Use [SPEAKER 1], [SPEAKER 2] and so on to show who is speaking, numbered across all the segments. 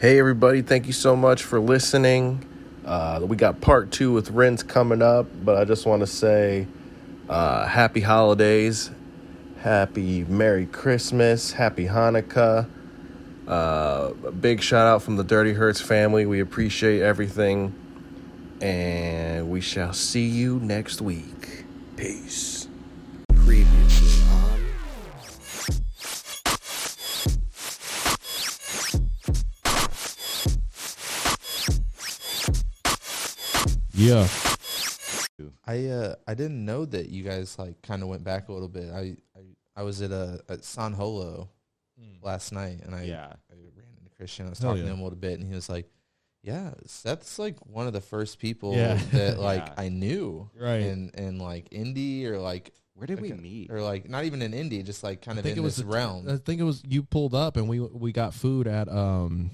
[SPEAKER 1] Hey, everybody, thank you so much for listening. Uh, we got part two with Ren's coming up, but I just want to say uh, happy holidays, happy Merry Christmas, happy Hanukkah. Uh, a big shout out from the Dirty Hurts family. We appreciate everything, and we shall see you next week. Peace.
[SPEAKER 2] Previously on.
[SPEAKER 3] Yeah.
[SPEAKER 2] I uh I didn't know that you guys like kind of went back a little bit. I I, I was at a at San Holo last night and I
[SPEAKER 3] Hmm. Yeah.
[SPEAKER 2] I ran into Christian. I was
[SPEAKER 3] Hell
[SPEAKER 2] talking
[SPEAKER 3] yeah.
[SPEAKER 2] to him a little bit and he was like, "Yeah, Seth's like one of the first people
[SPEAKER 3] Yeah.
[SPEAKER 2] that like
[SPEAKER 3] Yeah.
[SPEAKER 2] I knew
[SPEAKER 3] Right.
[SPEAKER 2] in in like indie or like
[SPEAKER 4] Where did we
[SPEAKER 2] Okay.
[SPEAKER 4] meet?
[SPEAKER 2] or like not even in indie, just like
[SPEAKER 3] I
[SPEAKER 2] kind of
[SPEAKER 3] think
[SPEAKER 2] in
[SPEAKER 3] it was
[SPEAKER 2] this
[SPEAKER 3] the- uh,
[SPEAKER 2] realm."
[SPEAKER 3] I think it was you pulled up and we we got food at um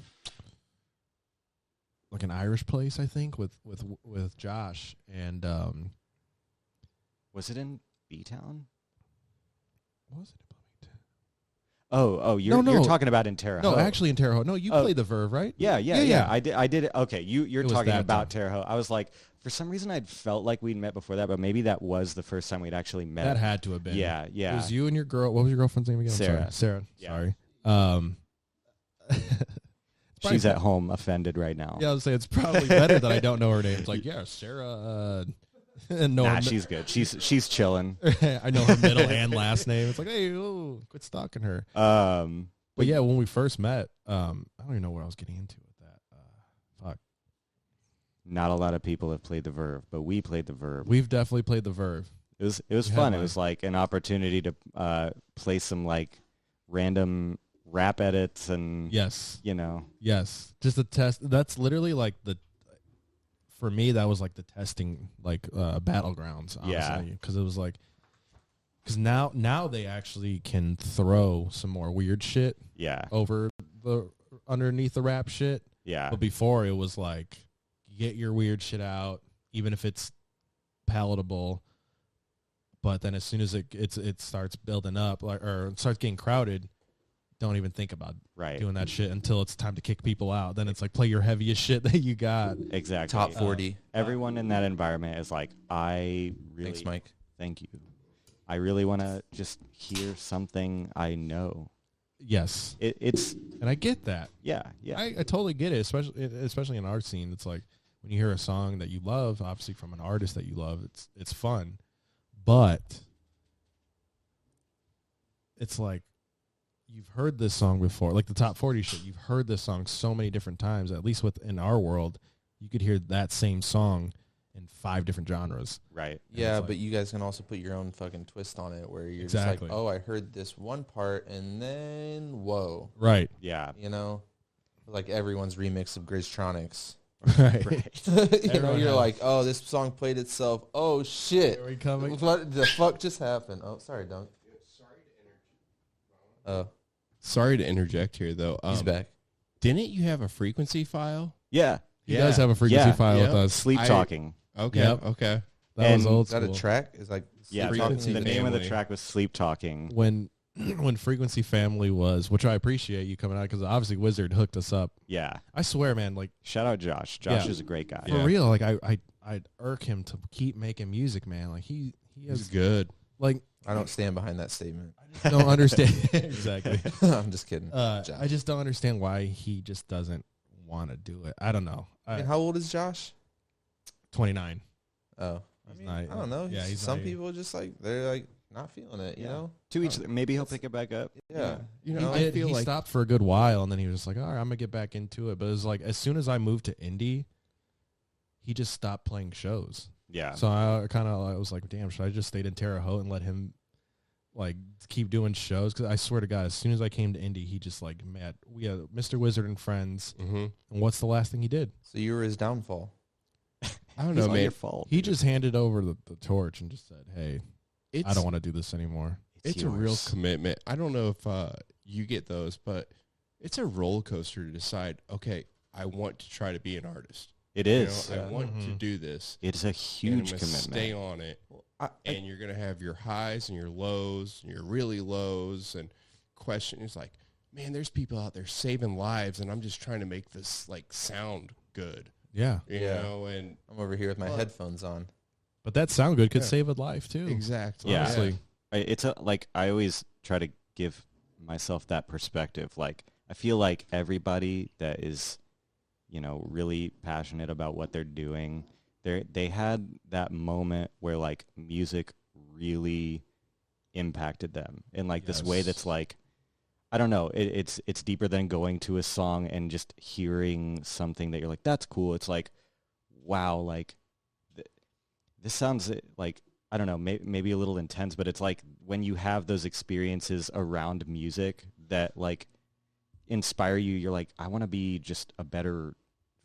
[SPEAKER 3] like an Irish place I think with with with Josh and um
[SPEAKER 4] Was it in B Town?
[SPEAKER 3] what was it?
[SPEAKER 4] Oh, oh, you're
[SPEAKER 3] No, no.
[SPEAKER 4] you're talking about in Terre
[SPEAKER 3] No,
[SPEAKER 4] Haute.
[SPEAKER 3] actually in Terre Haute. No, you
[SPEAKER 4] Oh.
[SPEAKER 3] played the Verve, right?
[SPEAKER 4] Yeah, yeah,
[SPEAKER 3] Yeah,
[SPEAKER 4] yeah,
[SPEAKER 3] yeah.
[SPEAKER 4] I did. I did. Okay, you you're
[SPEAKER 3] It was
[SPEAKER 4] talking
[SPEAKER 3] that
[SPEAKER 4] about
[SPEAKER 3] time.
[SPEAKER 4] Terre Haute. I was like, for some reason, I'd felt like we'd met before that, but maybe that was the first time we'd actually met.
[SPEAKER 3] That had to have been.
[SPEAKER 4] yeah,
[SPEAKER 3] It
[SPEAKER 4] yeah.
[SPEAKER 3] was you and your girl. What was your girlfriend's name again? I'm
[SPEAKER 4] Sarah.
[SPEAKER 3] Sorry. Sarah.
[SPEAKER 4] Yeah.
[SPEAKER 3] Sorry. Um it's probably
[SPEAKER 4] She's at home, offended right now.
[SPEAKER 3] Yeah, I was saying it's probably better that I don't know her name. It's like, yeah, Sarah. Uh, no,
[SPEAKER 4] nah,
[SPEAKER 3] I'm-
[SPEAKER 4] she's good. She's she's chilling.
[SPEAKER 3] I know her middle and last name. It's like, hey, ooh, quit stalking her.
[SPEAKER 4] Um,
[SPEAKER 3] But yeah, when we first met, um, I don't even know what I was getting into with that. Uh, fuck,
[SPEAKER 4] not a lot of people have played the verb, but we played the verb.
[SPEAKER 3] we've definitely played the Verve.
[SPEAKER 4] It was it was
[SPEAKER 3] You had
[SPEAKER 4] fun. It
[SPEAKER 3] mine.
[SPEAKER 4] was like an opportunity to uh, play some like random rap edits and
[SPEAKER 3] Yes,
[SPEAKER 4] you know
[SPEAKER 3] yes, just a test. That's literally like the, for me, that was like the testing, like uh, battlegrounds.
[SPEAKER 4] Yeah.
[SPEAKER 3] Honestly, because it was like, because now now they actually can throw some more weird shit
[SPEAKER 4] yeah
[SPEAKER 3] over the underneath the rap shit.
[SPEAKER 4] yeah
[SPEAKER 3] But before it was like, get your weird shit out, even if it's palatable. But then as soon as it it's it starts building up or, or starts getting crowded, don't even think about
[SPEAKER 4] right
[SPEAKER 3] doing that shit until it's time to kick people out. Then it's like play your heaviest shit that you got.
[SPEAKER 4] exactly
[SPEAKER 2] Top
[SPEAKER 3] Uh,
[SPEAKER 2] 40.
[SPEAKER 4] everyone in that environment is like, I really
[SPEAKER 2] Thanks, Mike.
[SPEAKER 4] thank you. I really want to just hear something I know.
[SPEAKER 3] Yes,
[SPEAKER 4] It, it's
[SPEAKER 3] and I get that.
[SPEAKER 4] yeah, yeah,
[SPEAKER 3] I, I totally get it, especially e, especially in our scene. It's like when you hear a song that you love, obviously from an artist that you love, it's it's fun, but it's like you've heard this song before, like the top forty shit. You've heard this song so many different times. At least within our world, you could hear that same song in five different genres.
[SPEAKER 4] right.
[SPEAKER 3] it's
[SPEAKER 2] Yeah,
[SPEAKER 3] like-
[SPEAKER 2] but you guys can also put your own fucking twist on it where you're
[SPEAKER 3] Exactly.
[SPEAKER 2] just like, oh, I heard this one part and then whoa,
[SPEAKER 3] Right.
[SPEAKER 4] Yeah,
[SPEAKER 2] you know, like everyone's remix of Griztronics.
[SPEAKER 3] Right.
[SPEAKER 4] right.
[SPEAKER 2] you know,
[SPEAKER 3] Everyone
[SPEAKER 2] you're
[SPEAKER 3] has.
[SPEAKER 2] like, oh, this song played itself. Oh shit,
[SPEAKER 3] Here we come.
[SPEAKER 2] what the fuck just happened? Oh, sorry, Dunk. Oh,
[SPEAKER 5] Sorry to interject here, though. Um,
[SPEAKER 2] he's back.
[SPEAKER 5] Didn't you have a frequency file?
[SPEAKER 4] Yeah,
[SPEAKER 3] He
[SPEAKER 5] Yeah.
[SPEAKER 3] does have a frequency
[SPEAKER 4] Yeah.
[SPEAKER 3] file with
[SPEAKER 5] Yeah.
[SPEAKER 3] us.
[SPEAKER 4] sleep
[SPEAKER 5] I-
[SPEAKER 4] talking.
[SPEAKER 5] Okay,
[SPEAKER 3] Yep.
[SPEAKER 5] okay.
[SPEAKER 3] That was
[SPEAKER 4] And-
[SPEAKER 3] old
[SPEAKER 2] Is that
[SPEAKER 3] school.
[SPEAKER 2] a track? Is like
[SPEAKER 4] Yeah,
[SPEAKER 2] Sleep
[SPEAKER 4] the,
[SPEAKER 2] Talking
[SPEAKER 5] Frequency
[SPEAKER 4] the
[SPEAKER 2] Is
[SPEAKER 4] name of the
[SPEAKER 5] Family.
[SPEAKER 4] track was sleep talking.
[SPEAKER 3] when when Frequency Family was, which I appreciate you coming out because obviously Wizard hooked us up.
[SPEAKER 4] Yeah,
[SPEAKER 3] I swear, man, like
[SPEAKER 4] shout out Josh. Josh
[SPEAKER 3] Yeah.
[SPEAKER 4] is a great guy.
[SPEAKER 3] for real, like I I I'd irk him to keep making music, man. Like he he
[SPEAKER 5] It was
[SPEAKER 3] has
[SPEAKER 5] good.
[SPEAKER 3] like
[SPEAKER 2] I don't stand behind that statement.
[SPEAKER 3] don't understand exactly.
[SPEAKER 2] I'm just kidding.
[SPEAKER 3] Uh,
[SPEAKER 2] Josh.
[SPEAKER 3] I just don't understand why he just doesn't want to do it. I don't know.
[SPEAKER 2] I mean,
[SPEAKER 3] I,
[SPEAKER 2] how old is Josh?
[SPEAKER 3] Twenty nine.
[SPEAKER 2] Oh, I,
[SPEAKER 3] He's
[SPEAKER 2] mean,
[SPEAKER 3] not-
[SPEAKER 2] I don't know.
[SPEAKER 3] yeah,
[SPEAKER 2] He's-
[SPEAKER 3] he's not
[SPEAKER 2] some
[SPEAKER 3] even-
[SPEAKER 2] people just like they're like not feeling it. You
[SPEAKER 4] Yeah.
[SPEAKER 2] know?
[SPEAKER 4] To each, maybe he'll pick it back up.
[SPEAKER 2] Yeah.
[SPEAKER 5] You
[SPEAKER 3] He
[SPEAKER 5] know, I
[SPEAKER 3] did. He
[SPEAKER 5] feel like
[SPEAKER 3] stopped for a good while, and then he was just like, "All right, I'm gonna get back into it." But it was like as soon as I moved to indie, he just stopped playing shows.
[SPEAKER 4] Yeah,
[SPEAKER 3] So I kind of I was like, damn, should I just stayed in Terre Haute and let him like keep doing shows? Because I swear to God, as soon as I came to Indy, he just like, Matt, we had Mr. Wizard and friends.
[SPEAKER 5] Mhm.
[SPEAKER 3] And what's the last thing he did?
[SPEAKER 2] So you were his downfall.
[SPEAKER 5] I
[SPEAKER 4] it's
[SPEAKER 5] don't know,
[SPEAKER 4] all
[SPEAKER 5] man.
[SPEAKER 4] your fault.
[SPEAKER 3] He just handed over the, the torch and just said, hey,
[SPEAKER 5] It's,
[SPEAKER 3] I don't want to do this anymore.
[SPEAKER 5] It's, a real
[SPEAKER 4] yours.
[SPEAKER 5] commitment. I don't know if uh, you get those, but it's a roller coaster to decide. Okay, I want to try to be an artist.
[SPEAKER 4] It
[SPEAKER 5] You know,
[SPEAKER 4] is.
[SPEAKER 5] I want to
[SPEAKER 2] Mm-hmm.
[SPEAKER 3] Mhm.
[SPEAKER 5] do this.
[SPEAKER 4] It's a
[SPEAKER 5] and I'm
[SPEAKER 4] huge
[SPEAKER 5] gonna
[SPEAKER 4] commitment.
[SPEAKER 5] Stay on it,
[SPEAKER 2] I, I,
[SPEAKER 5] and you're gonna have your highs and your lows, and your really lows, and questions like, man, there's people out there saving lives, and I'm just trying to make this like sound good,
[SPEAKER 3] Yeah.
[SPEAKER 5] you
[SPEAKER 2] Yeah.
[SPEAKER 5] know? And
[SPEAKER 2] I'm over here with my
[SPEAKER 5] Well-
[SPEAKER 2] headphones on.
[SPEAKER 3] But that sound good could
[SPEAKER 5] Yeah.
[SPEAKER 3] save a life too.
[SPEAKER 5] exactly,
[SPEAKER 4] Yeah.
[SPEAKER 3] Honestly.
[SPEAKER 4] I- it's a, like I always try to give myself that perspective. Like I feel like everybody that is, you know, really passionate about what they're doing, they they had that moment where like music really impacted them in like this way that's
[SPEAKER 3] Yes.
[SPEAKER 4] like I don't know. It, it's it's deeper than going to a song and just hearing something that you're like, that's cool. It's like, wow, like th- this sounds eh, like I don't know, may, maybe a little intense, but it's like when you have those experiences around music that like inspire you. You're like, I want to be just a better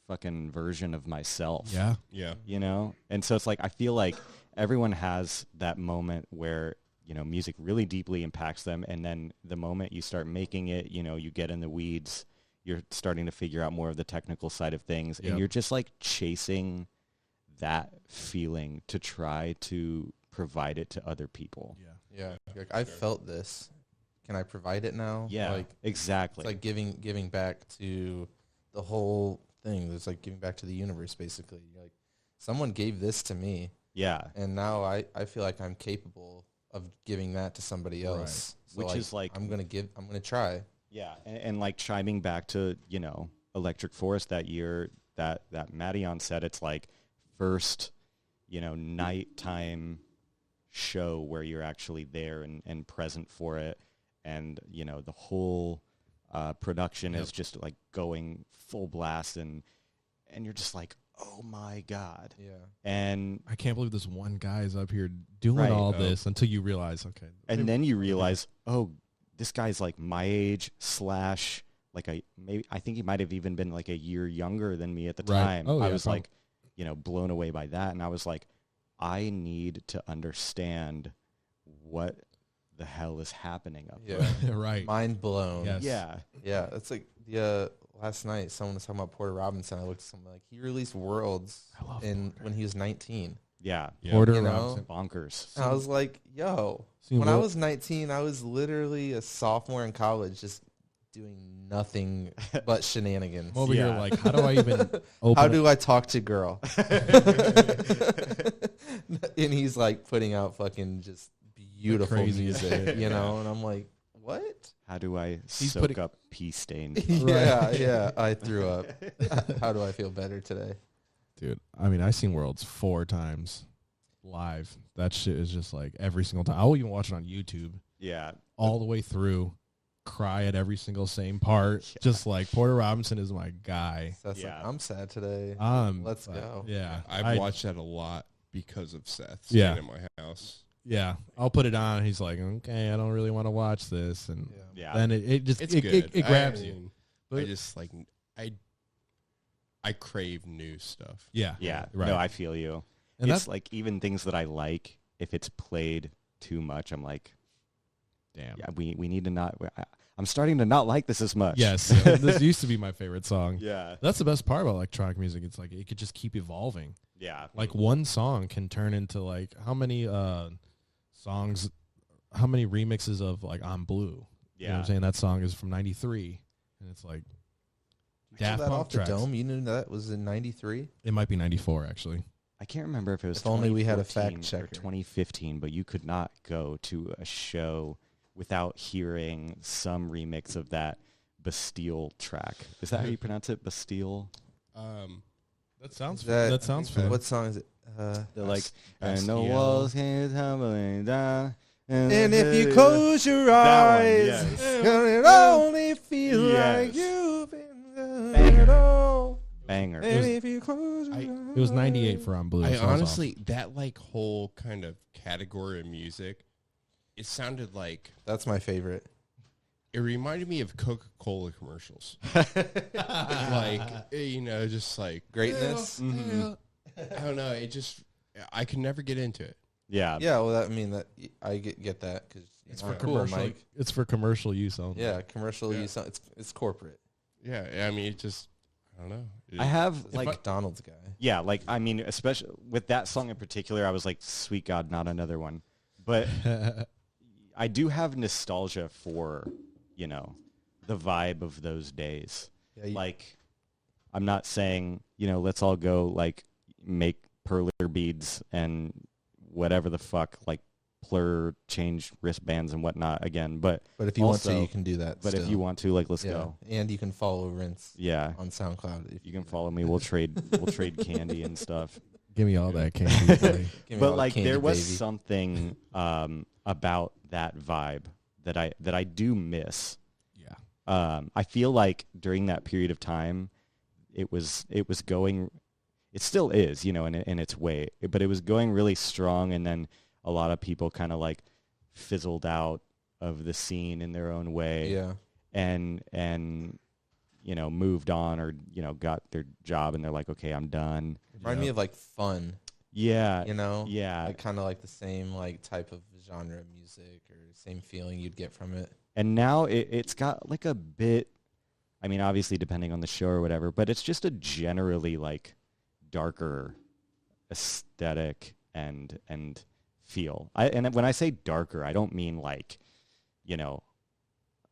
[SPEAKER 4] fucking version of myself
[SPEAKER 3] Yeah.
[SPEAKER 5] yeah,
[SPEAKER 4] you know and so it's like i feel like everyone has that moment where you know music really deeply impacts them and then the moment you start making it you know you get in the weeds you're starting to figure out more of the technical side of things
[SPEAKER 3] Yep.
[SPEAKER 4] and you're just like chasing that feeling to try to provide it to other people
[SPEAKER 3] Yeah.
[SPEAKER 2] Yeah. You're like, I felt this. Can I provide it now?
[SPEAKER 4] yeah
[SPEAKER 2] Like
[SPEAKER 4] exactly
[SPEAKER 2] it's like giving giving back to the whole thing. It's like giving back to the universe basically. You're like someone gave this to me
[SPEAKER 4] yeah
[SPEAKER 2] and now I, I feel like I'm capable of giving that to somebody
[SPEAKER 3] Right.
[SPEAKER 2] else. So,
[SPEAKER 4] Which is like-
[SPEAKER 2] I'm gonna give I'm gonna try.
[SPEAKER 4] Yeah, and, and like chiming back to you know Electric Forest that year that that Maddion said it's like first you know nighttime show where you're actually there and, and present for it, and you know the whole uh, production is
[SPEAKER 3] Yep.
[SPEAKER 4] just like going full blast and and you're just like oh my god
[SPEAKER 2] Yeah.
[SPEAKER 4] and
[SPEAKER 3] I can't believe this one guy is up here doing
[SPEAKER 4] Right.
[SPEAKER 3] all
[SPEAKER 5] Oh.
[SPEAKER 3] this until you realize, okay.
[SPEAKER 4] and
[SPEAKER 3] maybe-
[SPEAKER 4] then you realize, oh, this guy's like my age slash like I maybe I think he might have even been like a year younger than me at the
[SPEAKER 3] Right.
[SPEAKER 4] time.
[SPEAKER 3] Oh,
[SPEAKER 4] I
[SPEAKER 3] yeah,
[SPEAKER 4] was
[SPEAKER 3] prob-
[SPEAKER 4] like, you know, blown away by that, and I was like, I need to understand what the hell is happening up
[SPEAKER 2] Yeah.
[SPEAKER 3] right.
[SPEAKER 2] Mind blown.
[SPEAKER 3] Yes.
[SPEAKER 4] there. Yeah,
[SPEAKER 2] Yeah, that's like the uh, last night someone was talking about Porter Robinson. I looked at someone like he released Worlds
[SPEAKER 3] I love
[SPEAKER 2] in when he was 19.
[SPEAKER 4] yeah,
[SPEAKER 5] yeah.
[SPEAKER 3] Porter
[SPEAKER 2] You know?
[SPEAKER 3] Robinson.
[SPEAKER 4] bonkers.
[SPEAKER 2] And I was like, yo,
[SPEAKER 3] Seen
[SPEAKER 2] when I
[SPEAKER 3] Wor-
[SPEAKER 2] was 19, I was literally a sophomore in college, just doing nothing but shenanigans.
[SPEAKER 3] I'm over here
[SPEAKER 4] Yeah.
[SPEAKER 3] like, how do I even open
[SPEAKER 2] How
[SPEAKER 3] up-
[SPEAKER 2] do I talk to girl? and he's like putting out fucking just beautiful
[SPEAKER 3] crazy-
[SPEAKER 2] music, you know. And I'm like, what?
[SPEAKER 4] How do I soak
[SPEAKER 3] putting-
[SPEAKER 4] up pee stained?
[SPEAKER 2] Yeah, yeah. I threw up. How do I feel better today?
[SPEAKER 3] dude i mean i seen worlds four times live that shit is just like every single time i'll even watch it on youtube
[SPEAKER 4] yeah,
[SPEAKER 3] all the way through cry at every single same part
[SPEAKER 4] Yeah.
[SPEAKER 3] just like porter robinson is my guy
[SPEAKER 2] Seth's
[SPEAKER 4] Yeah.
[SPEAKER 2] like, I'm sad today.
[SPEAKER 3] um
[SPEAKER 2] Let's
[SPEAKER 3] but,
[SPEAKER 2] go.
[SPEAKER 3] yeah
[SPEAKER 5] I've
[SPEAKER 3] I-
[SPEAKER 5] watched that a lot because of Seth.
[SPEAKER 3] Yeah.
[SPEAKER 5] staying in my house.
[SPEAKER 3] yeah i'll put it on and he's like okay i don't really want to watch this and
[SPEAKER 2] Yeah.
[SPEAKER 4] yeah.
[SPEAKER 3] then it, it just
[SPEAKER 5] It's
[SPEAKER 3] it,
[SPEAKER 5] good.
[SPEAKER 3] it, it
[SPEAKER 5] I-
[SPEAKER 3] grabs
[SPEAKER 5] I
[SPEAKER 3] you
[SPEAKER 5] mean, I
[SPEAKER 3] But-
[SPEAKER 5] just like I I crave new stuff.
[SPEAKER 3] yeah
[SPEAKER 4] yeah,
[SPEAKER 3] right
[SPEAKER 4] no, I feel you.
[SPEAKER 3] and
[SPEAKER 4] it's
[SPEAKER 3] that's
[SPEAKER 4] like even things that I like, if it's played too much, I'm like,
[SPEAKER 3] damn
[SPEAKER 4] yeah, we, we need to not. I- I'm starting to not like this as much.
[SPEAKER 3] yes this used to be my favorite song
[SPEAKER 4] yeah.
[SPEAKER 3] that's the best part about electronic music it's like it could just keep evolving
[SPEAKER 4] Yeah.
[SPEAKER 3] like one song can turn into like how many uh songs how many remixes of like on blue you know what
[SPEAKER 4] Yeah.
[SPEAKER 3] i'm saying that song is from 93 and it's like Daft
[SPEAKER 2] that
[SPEAKER 3] Punk
[SPEAKER 2] off
[SPEAKER 3] tracks.
[SPEAKER 2] the dome. You knew that was in '93.
[SPEAKER 3] it might be 94 actually
[SPEAKER 4] I can't remember if it was.
[SPEAKER 2] If only we had a fact
[SPEAKER 4] 2014 or
[SPEAKER 2] checker.
[SPEAKER 4] 2015, but you could not go to a show without hearing some remix of that Bastille track. Is that how you pronounce it? Bastille.
[SPEAKER 5] Um,
[SPEAKER 3] that sounds
[SPEAKER 2] Is that-
[SPEAKER 3] that, sounds
[SPEAKER 2] So
[SPEAKER 3] fun
[SPEAKER 2] What song is it? Uh,
[SPEAKER 4] They're like, and the
[SPEAKER 5] Bastille.
[SPEAKER 4] walls came tumbling down.
[SPEAKER 2] and if you close your
[SPEAKER 4] That one,
[SPEAKER 2] eyes,
[SPEAKER 4] yes.
[SPEAKER 2] can it only feel
[SPEAKER 4] Yes.
[SPEAKER 2] like you've been there
[SPEAKER 4] Banger.
[SPEAKER 2] at all.
[SPEAKER 4] banger,
[SPEAKER 2] And
[SPEAKER 3] was-
[SPEAKER 2] if you close your
[SPEAKER 5] I-
[SPEAKER 3] it was 98 for on blue so
[SPEAKER 5] I
[SPEAKER 3] that was off.
[SPEAKER 5] honestly that like whole kind of category of music, it sounded like
[SPEAKER 2] That's my favorite.
[SPEAKER 5] it reminded me of Coca Cola commercials. like eh, you know, just like eh,
[SPEAKER 2] Greatness.
[SPEAKER 3] Mm-hmm.
[SPEAKER 5] I don't know. It just I could never get into it.
[SPEAKER 4] yeah,
[SPEAKER 2] Yeah, well, that, I mean that I get get that because it's
[SPEAKER 5] It's for
[SPEAKER 2] cool,
[SPEAKER 3] commercial
[SPEAKER 2] Mike.
[SPEAKER 3] it's for commercial use only
[SPEAKER 2] Yeah, commercial
[SPEAKER 5] Yeah.
[SPEAKER 2] use. It's it's corporate.
[SPEAKER 5] Yeah, I mean, it just I don't know. It-
[SPEAKER 4] I have
[SPEAKER 2] It's
[SPEAKER 4] like
[SPEAKER 2] McDonald's guy.
[SPEAKER 4] Yeah, like I mean, especially with that song in particular, I was like, "Sweet God, not another one." But I do have nostalgia for, you know, the vibe of those days.
[SPEAKER 2] Yeah, you-
[SPEAKER 4] Like, I'm not saying you know let's all go like make perler beads and whatever the fuck like plur change wristbands and whatnot again. But
[SPEAKER 2] but if you want
[SPEAKER 4] also-
[SPEAKER 2] to, you can do that.
[SPEAKER 4] but if
[SPEAKER 2] still.
[SPEAKER 4] you want to like let's
[SPEAKER 2] yeah.
[SPEAKER 4] go.
[SPEAKER 2] and you can follow Rince
[SPEAKER 4] Yeah,
[SPEAKER 2] on SoundCloud. If
[SPEAKER 4] you can follow me. We'll trade. We'll trade candy and stuff.
[SPEAKER 3] Give me all that candy. buddy.
[SPEAKER 2] Give me all
[SPEAKER 4] but
[SPEAKER 2] the
[SPEAKER 4] like
[SPEAKER 2] candy,
[SPEAKER 4] there was
[SPEAKER 2] baby.
[SPEAKER 4] something um, about that vibe that I that I do miss.
[SPEAKER 3] yeah.
[SPEAKER 4] Um, I feel like during that period of time, it was it was going, it still is, you know, in in its way, but it was going really strong, and then a lot of people kind of like fizzled out of the scene in their own way,
[SPEAKER 2] yeah,
[SPEAKER 4] and and you know moved on or you know got their job and they're like okay i'm done
[SPEAKER 2] remind me of like fun,
[SPEAKER 4] yeah
[SPEAKER 2] you know,
[SPEAKER 4] yeah
[SPEAKER 2] like kind of like the same like type of genre of music or same feeling you'd get from it.
[SPEAKER 4] and now it, it's got like a bit i mean obviously depending on the show or whatever but it's just a generally like darker aesthetic and and feel i and when i say darker i don't mean like you know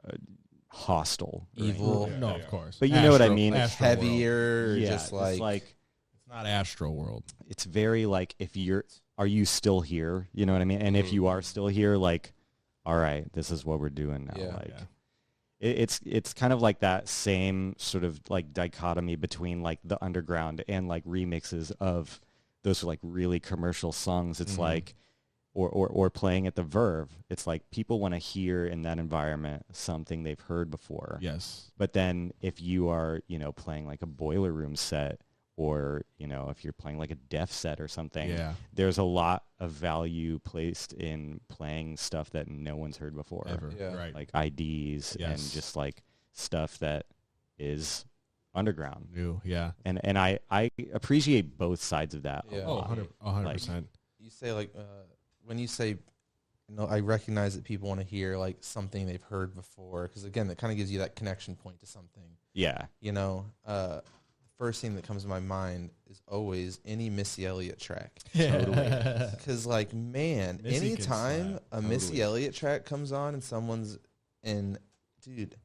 [SPEAKER 4] uh, hostile
[SPEAKER 2] Evil,
[SPEAKER 5] Yeah,
[SPEAKER 3] no,
[SPEAKER 5] yeah.
[SPEAKER 3] of course.
[SPEAKER 4] But you know what I mean.
[SPEAKER 2] like
[SPEAKER 3] Astral World.
[SPEAKER 2] heavier, or
[SPEAKER 4] yeah
[SPEAKER 2] just like,
[SPEAKER 3] It's not Astro World.
[SPEAKER 4] it's very like if you're are you still here you know what i mean and if you are still here like all right this is what we're doing now
[SPEAKER 2] Yeah.
[SPEAKER 4] like
[SPEAKER 3] Yeah.
[SPEAKER 4] it, it's it's kind of like that same sort of like dichotomy between like the underground and like remixes of those like really commercial songs it's
[SPEAKER 2] Mhm.
[SPEAKER 4] like or, or or playing at the verve it's like people want to hear in that environment something they've heard before
[SPEAKER 3] Yes.
[SPEAKER 4] but then if you are, you know, playing like a boiler room set or, you know, if you're playing like a def set or something,
[SPEAKER 3] Yeah.
[SPEAKER 4] there's a lot of value placed in playing stuff that no one's heard before.
[SPEAKER 3] Ever.
[SPEAKER 2] Yeah.
[SPEAKER 3] Right.
[SPEAKER 4] Like IDs and
[SPEAKER 3] Yes.
[SPEAKER 4] just like stuff that is underground.
[SPEAKER 3] new. Yeah.
[SPEAKER 4] And and I, I appreciate both sides of that.
[SPEAKER 2] Yeah.
[SPEAKER 4] A
[SPEAKER 3] Oh,
[SPEAKER 4] lot.
[SPEAKER 3] 100 100
[SPEAKER 4] Like-
[SPEAKER 3] percent.
[SPEAKER 2] you say like uh, when you say you know i recognize that people want to hear like something they've heard before because again that kind of gives you that connection point to something
[SPEAKER 4] Yeah.
[SPEAKER 2] you know uh first thing that comes to my mind is always any missy elliott track
[SPEAKER 3] Totally.
[SPEAKER 2] because like man
[SPEAKER 3] Missy can
[SPEAKER 2] anytime
[SPEAKER 3] slap,
[SPEAKER 2] a missy
[SPEAKER 3] totally.
[SPEAKER 2] elliott track comes on and someone's in dude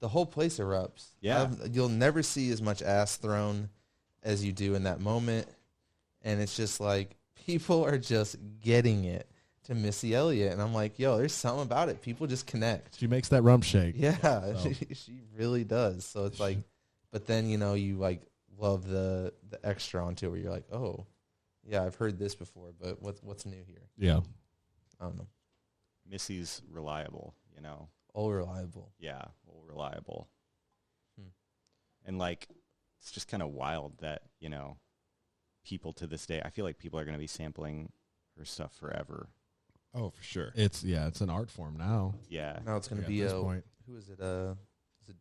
[SPEAKER 2] the whole place erupts
[SPEAKER 4] Yeah.
[SPEAKER 2] I've- you'll never see as much ass thrown as you do in that moment and it's just like people are just getting it to missy elliott and i'm like yo there's something about it people just connect
[SPEAKER 3] she makes that rump shake.
[SPEAKER 2] yeah,
[SPEAKER 3] So-
[SPEAKER 2] she, she really does. So it's like, but then you know you like love the the extra onto it where you're like, oh, yeah, I've heard this before, but what's what's new here?
[SPEAKER 3] Yeah.
[SPEAKER 2] I don't know.
[SPEAKER 4] Missy's reliable, you know.
[SPEAKER 2] All reliable.
[SPEAKER 4] yeah, all reliable.
[SPEAKER 2] Hmm.
[SPEAKER 4] And like, it's just kind of wild that you know, people to this day, I feel like people are going to be sampling her stuff forever.
[SPEAKER 5] Oh, for sure.
[SPEAKER 3] It's yeah. It's an art form now.
[SPEAKER 4] Yeah,
[SPEAKER 2] Now it's gonna
[SPEAKER 3] Yeah, at
[SPEAKER 2] be
[SPEAKER 3] this
[SPEAKER 2] a
[SPEAKER 3] point.
[SPEAKER 2] who is it? Uh, is it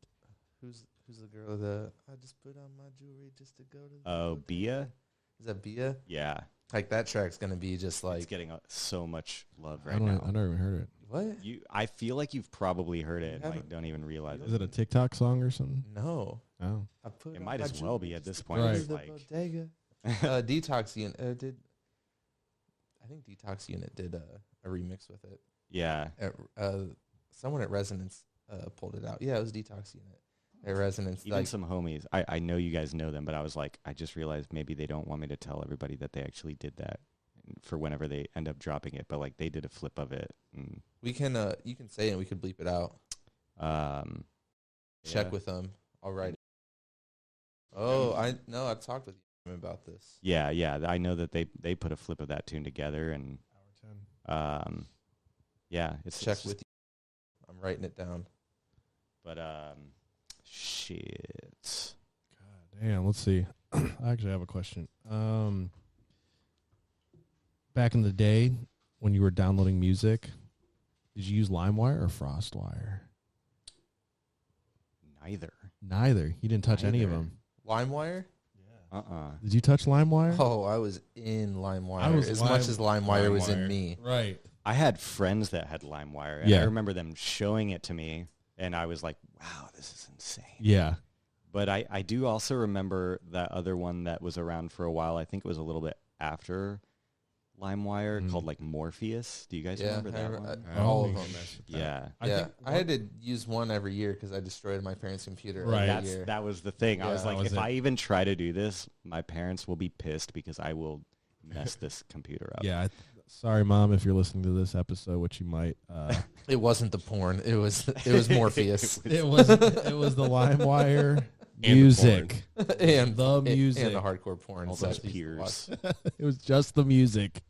[SPEAKER 2] who's who's the girl? The I just put on my jewelry just to go to. the
[SPEAKER 4] oh,
[SPEAKER 2] hotel."
[SPEAKER 4] Bia,
[SPEAKER 2] Is that Bia?
[SPEAKER 4] yeah,
[SPEAKER 2] Like that track's gonna be just
[SPEAKER 4] it's
[SPEAKER 2] like
[SPEAKER 4] getting uh, so much love
[SPEAKER 3] I
[SPEAKER 4] right
[SPEAKER 3] don't.
[SPEAKER 4] now.
[SPEAKER 3] know I never even heard it.
[SPEAKER 2] what?
[SPEAKER 4] you, I feel like you've probably heard it and like
[SPEAKER 2] haven't-
[SPEAKER 4] don't even realize
[SPEAKER 3] Is
[SPEAKER 4] it.
[SPEAKER 3] it a TikTok song or something?
[SPEAKER 2] No,
[SPEAKER 3] Oh.
[SPEAKER 2] I put.
[SPEAKER 4] It
[SPEAKER 2] on
[SPEAKER 4] might
[SPEAKER 2] my
[SPEAKER 4] as well
[SPEAKER 2] jewelry
[SPEAKER 4] be at
[SPEAKER 2] just
[SPEAKER 4] this
[SPEAKER 2] to
[SPEAKER 4] point.
[SPEAKER 2] go to
[SPEAKER 4] It's
[SPEAKER 2] the
[SPEAKER 4] like,
[SPEAKER 2] bodega. uh, Detox Unit uh, did. I think Detox Unit did uh, a remix with it.
[SPEAKER 4] yeah,
[SPEAKER 2] At, uh, someone at Resonance uh, pulled it out. Yeah, it was Detox Unit at Resonance.
[SPEAKER 4] even
[SPEAKER 2] like,
[SPEAKER 4] some homies. I, I know you guys know them, but I was like, I just realized maybe they don't want me to tell everybody that they actually did that for whenever they end up dropping it. But like, they did a flip of it. And,
[SPEAKER 2] we can uh, you can say it. and We could bleep it out.
[SPEAKER 4] um,
[SPEAKER 2] Check
[SPEAKER 4] yeah.
[SPEAKER 2] with them. All right. Oh, I no. I've talked with him about this.
[SPEAKER 4] Yeah, yeah. th- I know that they they put a flip of that tune together, and um, yeah, it's
[SPEAKER 2] Check
[SPEAKER 4] it's
[SPEAKER 2] with. you. I'm writing it down.
[SPEAKER 4] But um, shit.
[SPEAKER 3] God damn. Let's see. I actually have a question. Um, back in the day when you were downloading music, did you use LimeWire or FrostWire?
[SPEAKER 4] Neither.
[SPEAKER 3] Neither. You didn't touch any of
[SPEAKER 4] Neither.
[SPEAKER 3] them.
[SPEAKER 2] LimeWire.
[SPEAKER 4] Uh uh
[SPEAKER 3] Did you touch LimeWire?
[SPEAKER 2] Oh, I was in LimeWire
[SPEAKER 3] I was
[SPEAKER 2] as
[SPEAKER 3] Lime-
[SPEAKER 2] much as LimeWire was in
[SPEAKER 5] LimeWire.
[SPEAKER 2] me.
[SPEAKER 3] Right.
[SPEAKER 4] I had friends that had LimeWire, and I
[SPEAKER 3] Yeah.
[SPEAKER 4] remember them showing it to me, and I was like, "Wow, this is insane."
[SPEAKER 3] Yeah.
[SPEAKER 4] But I I do also remember that other one that was around for a while. I think it was a little bit after LimeWire
[SPEAKER 3] Mhm.
[SPEAKER 4] called like Morpheus. Do you guys
[SPEAKER 2] Yeah,
[SPEAKER 4] remember
[SPEAKER 2] I
[SPEAKER 4] that
[SPEAKER 2] re-
[SPEAKER 4] one?
[SPEAKER 5] I
[SPEAKER 3] Oh,
[SPEAKER 5] all of
[SPEAKER 3] my
[SPEAKER 5] them.
[SPEAKER 3] sh-
[SPEAKER 4] yeah.
[SPEAKER 3] I
[SPEAKER 2] yeah,
[SPEAKER 3] think
[SPEAKER 2] I had to use one every year because I destroyed my parents' computer
[SPEAKER 3] Right.
[SPEAKER 2] every
[SPEAKER 4] That's
[SPEAKER 2] year.
[SPEAKER 4] that was the thing. I
[SPEAKER 2] Yeah,
[SPEAKER 4] was
[SPEAKER 3] that
[SPEAKER 4] like,
[SPEAKER 3] was
[SPEAKER 4] if
[SPEAKER 3] it.
[SPEAKER 4] I even try to do this, my parents will be pissed because I will mess this computer up.
[SPEAKER 3] yeah. I th- sorry, mom, if you're listening to this episode, which you might. Uh,
[SPEAKER 2] It wasn't the porn. It was it was Morpheus
[SPEAKER 3] it was it was the LimeWire music.
[SPEAKER 2] and
[SPEAKER 3] The
[SPEAKER 2] and-
[SPEAKER 3] music.
[SPEAKER 2] and the hardcore porn.
[SPEAKER 4] all
[SPEAKER 2] so I
[SPEAKER 4] those
[SPEAKER 2] used to watch.
[SPEAKER 4] peers.
[SPEAKER 3] it was just the music.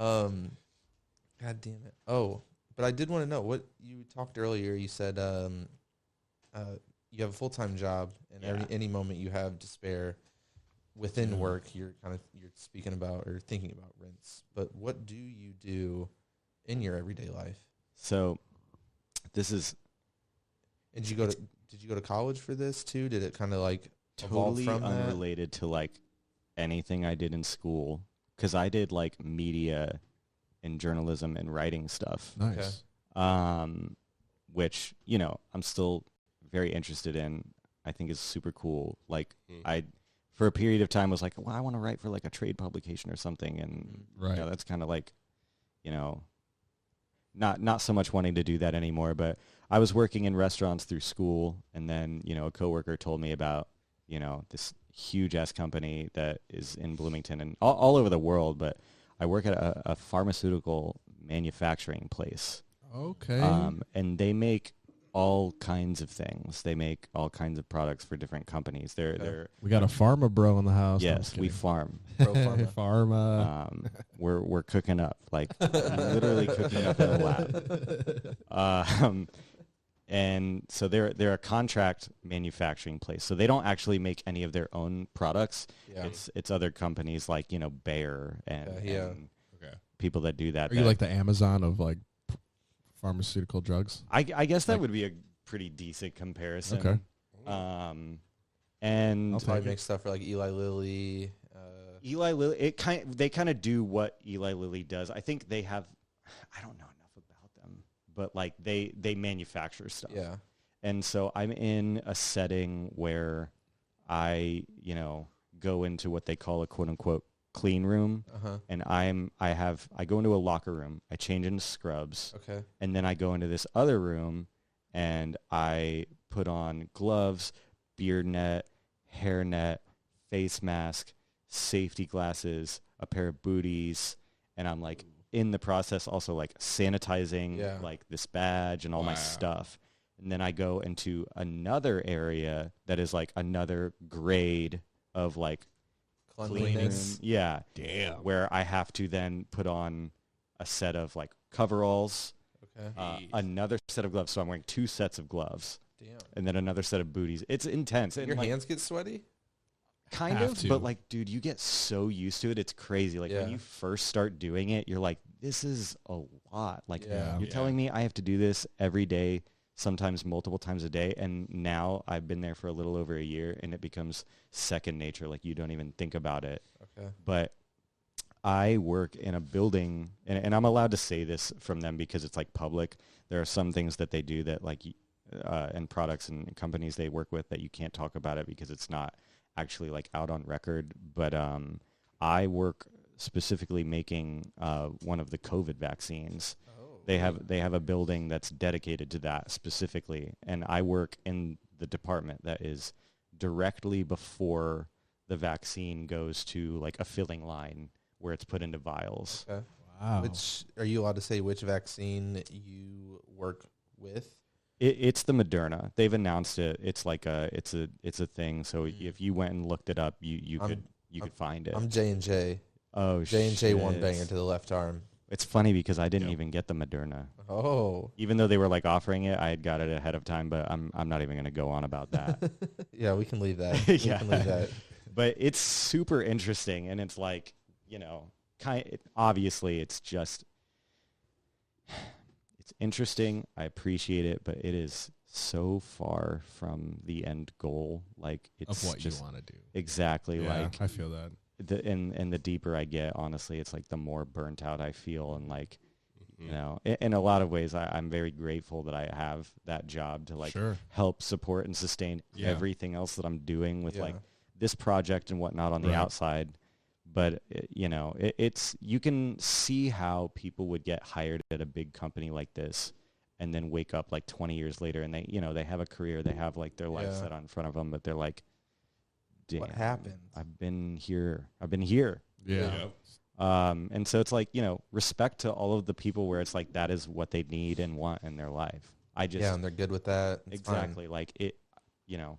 [SPEAKER 2] Um, God damn it. Oh, but I did want to know what you talked earlier. You said um, uh, you have a full time job, and every,
[SPEAKER 4] Yeah.
[SPEAKER 2] any moment you have to spare within
[SPEAKER 3] Mhm.
[SPEAKER 2] work, you're kind of you're speaking about or thinking about rents. But what do you do in your everyday life?
[SPEAKER 4] So this is
[SPEAKER 2] And did you go to did you go to college for this too? Did it kind of like evolve
[SPEAKER 4] totally
[SPEAKER 2] from that?
[SPEAKER 4] unrelated to like anything I did in school because I did like media and journalism and writing stuff,
[SPEAKER 3] Nice.
[SPEAKER 2] Okay.
[SPEAKER 4] um, which you know I'm still very interested in. I think is super cool. Like
[SPEAKER 5] Mm.
[SPEAKER 4] I, for a period of time, was like, well, I want to write for like a trade publication or something, and
[SPEAKER 3] Right.
[SPEAKER 4] you know, that's kind of like, you know, not not so much wanting to do that anymore. But I was working in restaurants through school, and then you know, a coworker told me about you know this huge ass company that is in Bloomington and all, all over the world. But I work at a, a pharmaceutical manufacturing place,
[SPEAKER 3] Okay.
[SPEAKER 4] um, and they make all kinds of things. They make all kinds of products for different companies. They're
[SPEAKER 2] Okay.
[SPEAKER 4] they're
[SPEAKER 3] we got a pharma bro in the house. No, I'm
[SPEAKER 4] yes,
[SPEAKER 3] just
[SPEAKER 4] we
[SPEAKER 3] kidding. Uh.
[SPEAKER 4] farm.
[SPEAKER 2] Pro pharma.
[SPEAKER 3] pharma.
[SPEAKER 4] Um, we're we're cooking up like literally cooking up in the lab. Um, and so they're they're a contract manufacturing place. So they don't actually make any of their own products.
[SPEAKER 2] Yeah.
[SPEAKER 4] It's it's other companies like you know Bayer and,
[SPEAKER 2] Okay, yeah.
[SPEAKER 4] and
[SPEAKER 5] Okay.
[SPEAKER 4] people that do that.
[SPEAKER 3] Are you
[SPEAKER 4] that-
[SPEAKER 3] like the Amazon of like pharmaceutical drugs?
[SPEAKER 4] I, I guess that
[SPEAKER 3] like-
[SPEAKER 4] would be a pretty decent comparison.
[SPEAKER 3] Okay.
[SPEAKER 4] Um,
[SPEAKER 3] I'll
[SPEAKER 4] and
[SPEAKER 3] take
[SPEAKER 2] Probably
[SPEAKER 3] it.
[SPEAKER 2] make stuff for like Eli Lilly. Uh,
[SPEAKER 4] Eli Lilly, it kind they kind of do what Eli Lilly does. I think they have, I don't know enough about them, but like they they manufacture stuff.
[SPEAKER 2] yeah.
[SPEAKER 4] And so I'm in a setting where I, you know, go into what they call a quote unquote clean room
[SPEAKER 2] Uh huh.
[SPEAKER 4] and I'm I have I go into a locker room, I change into scrubs,
[SPEAKER 2] Okay.
[SPEAKER 4] and then I go into this other room and I put on gloves, beard net, hair net, face mask, safety glasses, a pair of booties, and I'm like in the process also like sanitizing
[SPEAKER 2] Yeah.
[SPEAKER 4] like this badge and all my
[SPEAKER 5] Wow.
[SPEAKER 4] stuff. And then I go into another area that is like another grade of like
[SPEAKER 2] Cleanliness.
[SPEAKER 4] cleaning. Yeah.
[SPEAKER 5] Damn.
[SPEAKER 4] Where I have to then put on a set of like coveralls,
[SPEAKER 2] Okay.
[SPEAKER 4] uh,
[SPEAKER 5] Jeez.
[SPEAKER 4] another set of gloves. So I'm wearing two sets of gloves
[SPEAKER 2] Damn.
[SPEAKER 4] and then another set of booties. It's intense. And
[SPEAKER 2] Your
[SPEAKER 4] like,
[SPEAKER 2] hands get sweaty?
[SPEAKER 4] kind
[SPEAKER 3] Have
[SPEAKER 4] of,
[SPEAKER 3] to.
[SPEAKER 4] but like, dude, you get so used to it. It's crazy. Like when
[SPEAKER 2] Yeah.
[SPEAKER 4] you first start doing it, you're like, this is a lot. Like
[SPEAKER 2] Yeah.
[SPEAKER 4] you're
[SPEAKER 5] Yeah.
[SPEAKER 4] telling me I have to do this every day, sometimes multiple times a day. And now I've been there for a little over a year and it becomes second nature. Like you don't even think about it
[SPEAKER 2] Okay.
[SPEAKER 4] but I work in a building, and, and I'm allowed to say this from them because it's like public. There are some things that they do that like, y- uh, and products and companies they work with that you can't talk about it because it's not actually like out on record. But um, I work specifically making uh, one of the COVID vaccines.
[SPEAKER 2] Oh.
[SPEAKER 4] They have they have a building that's dedicated to that specifically, and I work in the department that is directly before the vaccine goes to like a filling line where it's put into vials.
[SPEAKER 2] Okay.
[SPEAKER 4] Oh.
[SPEAKER 3] Wow.
[SPEAKER 2] Which are you allowed to say which vaccine you work with?
[SPEAKER 4] It, it's the Moderna. They've announced it. It's like a it's a it's a thing. So
[SPEAKER 2] Mm.
[SPEAKER 4] if you went and looked it up, you you
[SPEAKER 2] I'm-
[SPEAKER 4] could you
[SPEAKER 2] I'm-
[SPEAKER 4] could find it.
[SPEAKER 2] I'm J and J.
[SPEAKER 4] oh,
[SPEAKER 2] J and J one
[SPEAKER 4] shit.
[SPEAKER 2] banger to the left arm.
[SPEAKER 4] It's funny because I didn't
[SPEAKER 5] Yep.
[SPEAKER 4] even get the Moderna.
[SPEAKER 2] Oh.
[SPEAKER 4] Even though they were like offering it, I had got it ahead of time, but I'm I'm not even going to go on about that.
[SPEAKER 2] yeah, we can leave that. We
[SPEAKER 4] Yeah.
[SPEAKER 2] can leave that.
[SPEAKER 4] but it's super interesting and it's like you know kind it, obviously it's just it's interesting i appreciate it but it is so far from the end goal like it's
[SPEAKER 3] of what
[SPEAKER 4] just
[SPEAKER 3] you want to do.
[SPEAKER 4] exactly
[SPEAKER 3] Yeah,
[SPEAKER 4] like
[SPEAKER 3] I feel that.
[SPEAKER 4] the and and the deeper i get honestly it's like the more burnt out i feel and like you know in, in a lot of ways I, i'm very grateful that i have that job to like
[SPEAKER 3] sure.
[SPEAKER 4] help support and sustain
[SPEAKER 5] Yeah.
[SPEAKER 4] everything else that i'm doing with
[SPEAKER 2] Yeah.
[SPEAKER 4] like this project and whatnot on the
[SPEAKER 3] Right.
[SPEAKER 4] outside. but uh, you know it, it's you can see how people would get hired at a big company like this and then wake up like 20 years later and they you know they have a career they have like their life
[SPEAKER 2] Yeah.
[SPEAKER 4] set on in front of them but they're like Damn,
[SPEAKER 2] What happened?
[SPEAKER 4] i've been here i've been here
[SPEAKER 3] Yeah.
[SPEAKER 4] um, and so it's like you know respect to all of the people where it's like that is what they need and want in their life i just
[SPEAKER 2] yeah, and they're good with that. It's fine.
[SPEAKER 4] exactly like it you know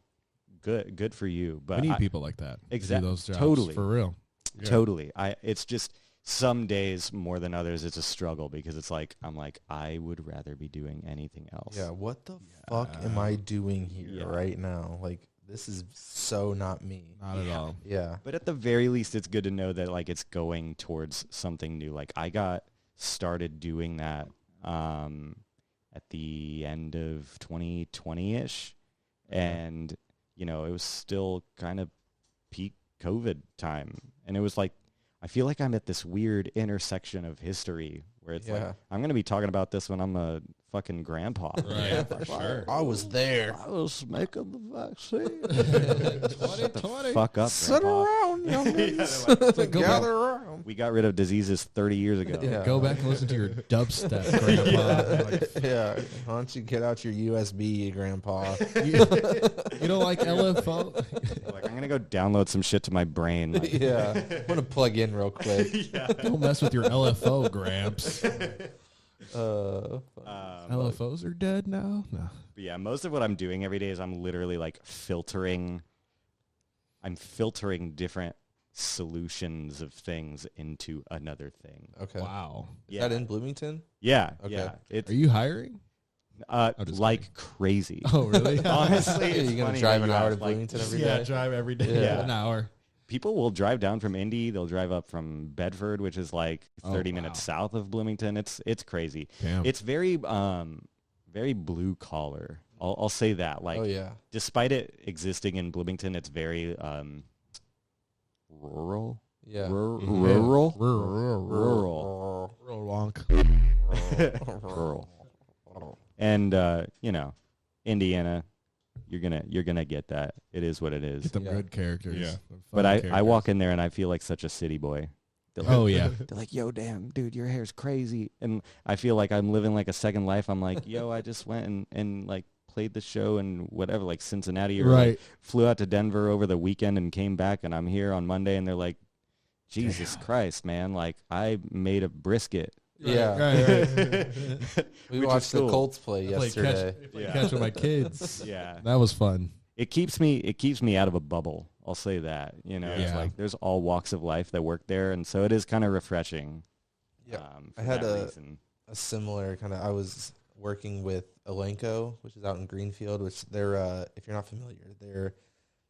[SPEAKER 4] good good for you but
[SPEAKER 3] we need
[SPEAKER 4] I-
[SPEAKER 3] people like that. to do
[SPEAKER 4] Exact-
[SPEAKER 3] Those jobs
[SPEAKER 4] totally.
[SPEAKER 3] for real.
[SPEAKER 5] Yeah.
[SPEAKER 4] Totally. I it's just some days more than others it's a struggle because it's like I'm like I would rather be doing anything else.
[SPEAKER 2] Yeah, what the fuck am
[SPEAKER 3] Yeah.
[SPEAKER 2] I doing here
[SPEAKER 4] Yeah.
[SPEAKER 2] right now? Like this is so not me.
[SPEAKER 3] Not at all.
[SPEAKER 2] Yeah.
[SPEAKER 4] But at the very least it's good to know that like it's going towards something new. Like I got started doing that um at the end of 2020ish and you know, it was still kind of peak COVID time and it was like I feel like I'm at this weird intersection of history where it's like
[SPEAKER 2] Yeah.
[SPEAKER 4] I'm gonna be talking about this when I'm a fucking grandpa.
[SPEAKER 5] Right. For sure.
[SPEAKER 2] I was there.
[SPEAKER 4] I was making the vaccine. Shut the
[SPEAKER 3] 2020.
[SPEAKER 4] fuck up, grandpa.
[SPEAKER 2] around, young
[SPEAKER 3] go back.
[SPEAKER 2] around.
[SPEAKER 4] We got rid of diseases 30 years ago.
[SPEAKER 2] Yeah.
[SPEAKER 3] Go back and listen to your dubstep, grandpa. Like,
[SPEAKER 2] yeah. Why don't you get out your USB, Grandpa?
[SPEAKER 3] you don't like LFO?
[SPEAKER 4] Like, I'm going to go download some shit to my brain. Like,
[SPEAKER 2] yeah. I'm gonna plug in real quick.
[SPEAKER 3] don't mess with your LFO, Gramps.
[SPEAKER 2] Uh,
[SPEAKER 4] um, but
[SPEAKER 3] LFOs are dead now. No.
[SPEAKER 4] yeah, most of what I'm doing every day is I'm literally like filtering. I'm filtering different solutions of things into another thing.
[SPEAKER 2] okay.
[SPEAKER 3] Wow.
[SPEAKER 2] Is
[SPEAKER 4] Yeah.
[SPEAKER 2] that in Bloomington?
[SPEAKER 4] yeah.
[SPEAKER 2] Okay.
[SPEAKER 4] Yeah. It's
[SPEAKER 3] Are you hiring?
[SPEAKER 4] uh,
[SPEAKER 3] I'm just
[SPEAKER 4] like crazy.
[SPEAKER 3] Oh, really?
[SPEAKER 4] Honestly,
[SPEAKER 2] Are
[SPEAKER 4] it's
[SPEAKER 2] you gonna
[SPEAKER 4] funny
[SPEAKER 2] drive
[SPEAKER 4] how
[SPEAKER 2] an
[SPEAKER 4] you
[SPEAKER 2] hour
[SPEAKER 4] ask,
[SPEAKER 2] to
[SPEAKER 4] like,
[SPEAKER 2] Bloomington every day?
[SPEAKER 3] drive every day.
[SPEAKER 2] Yeah.
[SPEAKER 3] An hour.
[SPEAKER 4] people will drive down from Indy. They'll drive up from Bedford, which is like
[SPEAKER 3] Oh,
[SPEAKER 4] 30
[SPEAKER 3] wow.
[SPEAKER 4] minutes south of Bloomington. It's it's crazy.
[SPEAKER 3] Damn.
[SPEAKER 4] It's very um very blue collar. I'll, I'll say that. Like
[SPEAKER 2] oh yeah.
[SPEAKER 4] despite it existing in Bloomington, it's very um rural.
[SPEAKER 2] Yeah.
[SPEAKER 4] Rur-
[SPEAKER 3] Mhm.
[SPEAKER 4] Rural.
[SPEAKER 3] Rural. Rural.
[SPEAKER 4] Rural.
[SPEAKER 3] Rural wonk.
[SPEAKER 4] Rural. And uh, you know, Indiana, you're gonna you're gonna get that. It is what it is.
[SPEAKER 3] Get them
[SPEAKER 2] Yeah.
[SPEAKER 3] good characters.
[SPEAKER 5] Yeah.
[SPEAKER 3] Them
[SPEAKER 4] But I,
[SPEAKER 3] funny
[SPEAKER 4] I
[SPEAKER 3] characters.
[SPEAKER 4] walk in there and I feel like such a city boy. They're like,
[SPEAKER 3] Oh yeah.
[SPEAKER 4] They're like, yo, damn, dude, your hair's crazy. And I feel like I'm living like a second life. I'm like, yo, I just went and, and like played the show and whatever, like Cincinnati or like,
[SPEAKER 3] Right.
[SPEAKER 4] flew out to Denver over the weekend and came back and I'm here on Monday and they're like, Jesus Christ, man, like I made a brisket.
[SPEAKER 2] Yeah.
[SPEAKER 3] Right, right.
[SPEAKER 2] We
[SPEAKER 4] Which is
[SPEAKER 2] watched
[SPEAKER 4] cool.
[SPEAKER 2] the Colts play
[SPEAKER 3] I played
[SPEAKER 2] yesterday.
[SPEAKER 3] catch, I played
[SPEAKER 4] Yeah.
[SPEAKER 3] catch with my kids.
[SPEAKER 4] Yeah.
[SPEAKER 3] That was fun.
[SPEAKER 4] It keeps me it keeps me out of a bubble. I'll say that. You know, it's
[SPEAKER 3] Yeah.
[SPEAKER 4] like there's all walks of life that work there and so it is kind of refreshing.
[SPEAKER 2] Yeah.
[SPEAKER 4] Um,
[SPEAKER 2] I
[SPEAKER 4] for
[SPEAKER 2] had
[SPEAKER 4] that
[SPEAKER 2] a-
[SPEAKER 4] reason.
[SPEAKER 2] a similar kind of. I was working with Elenco, which is out in Greenfield. Which they're, uh, if you're not familiar, they're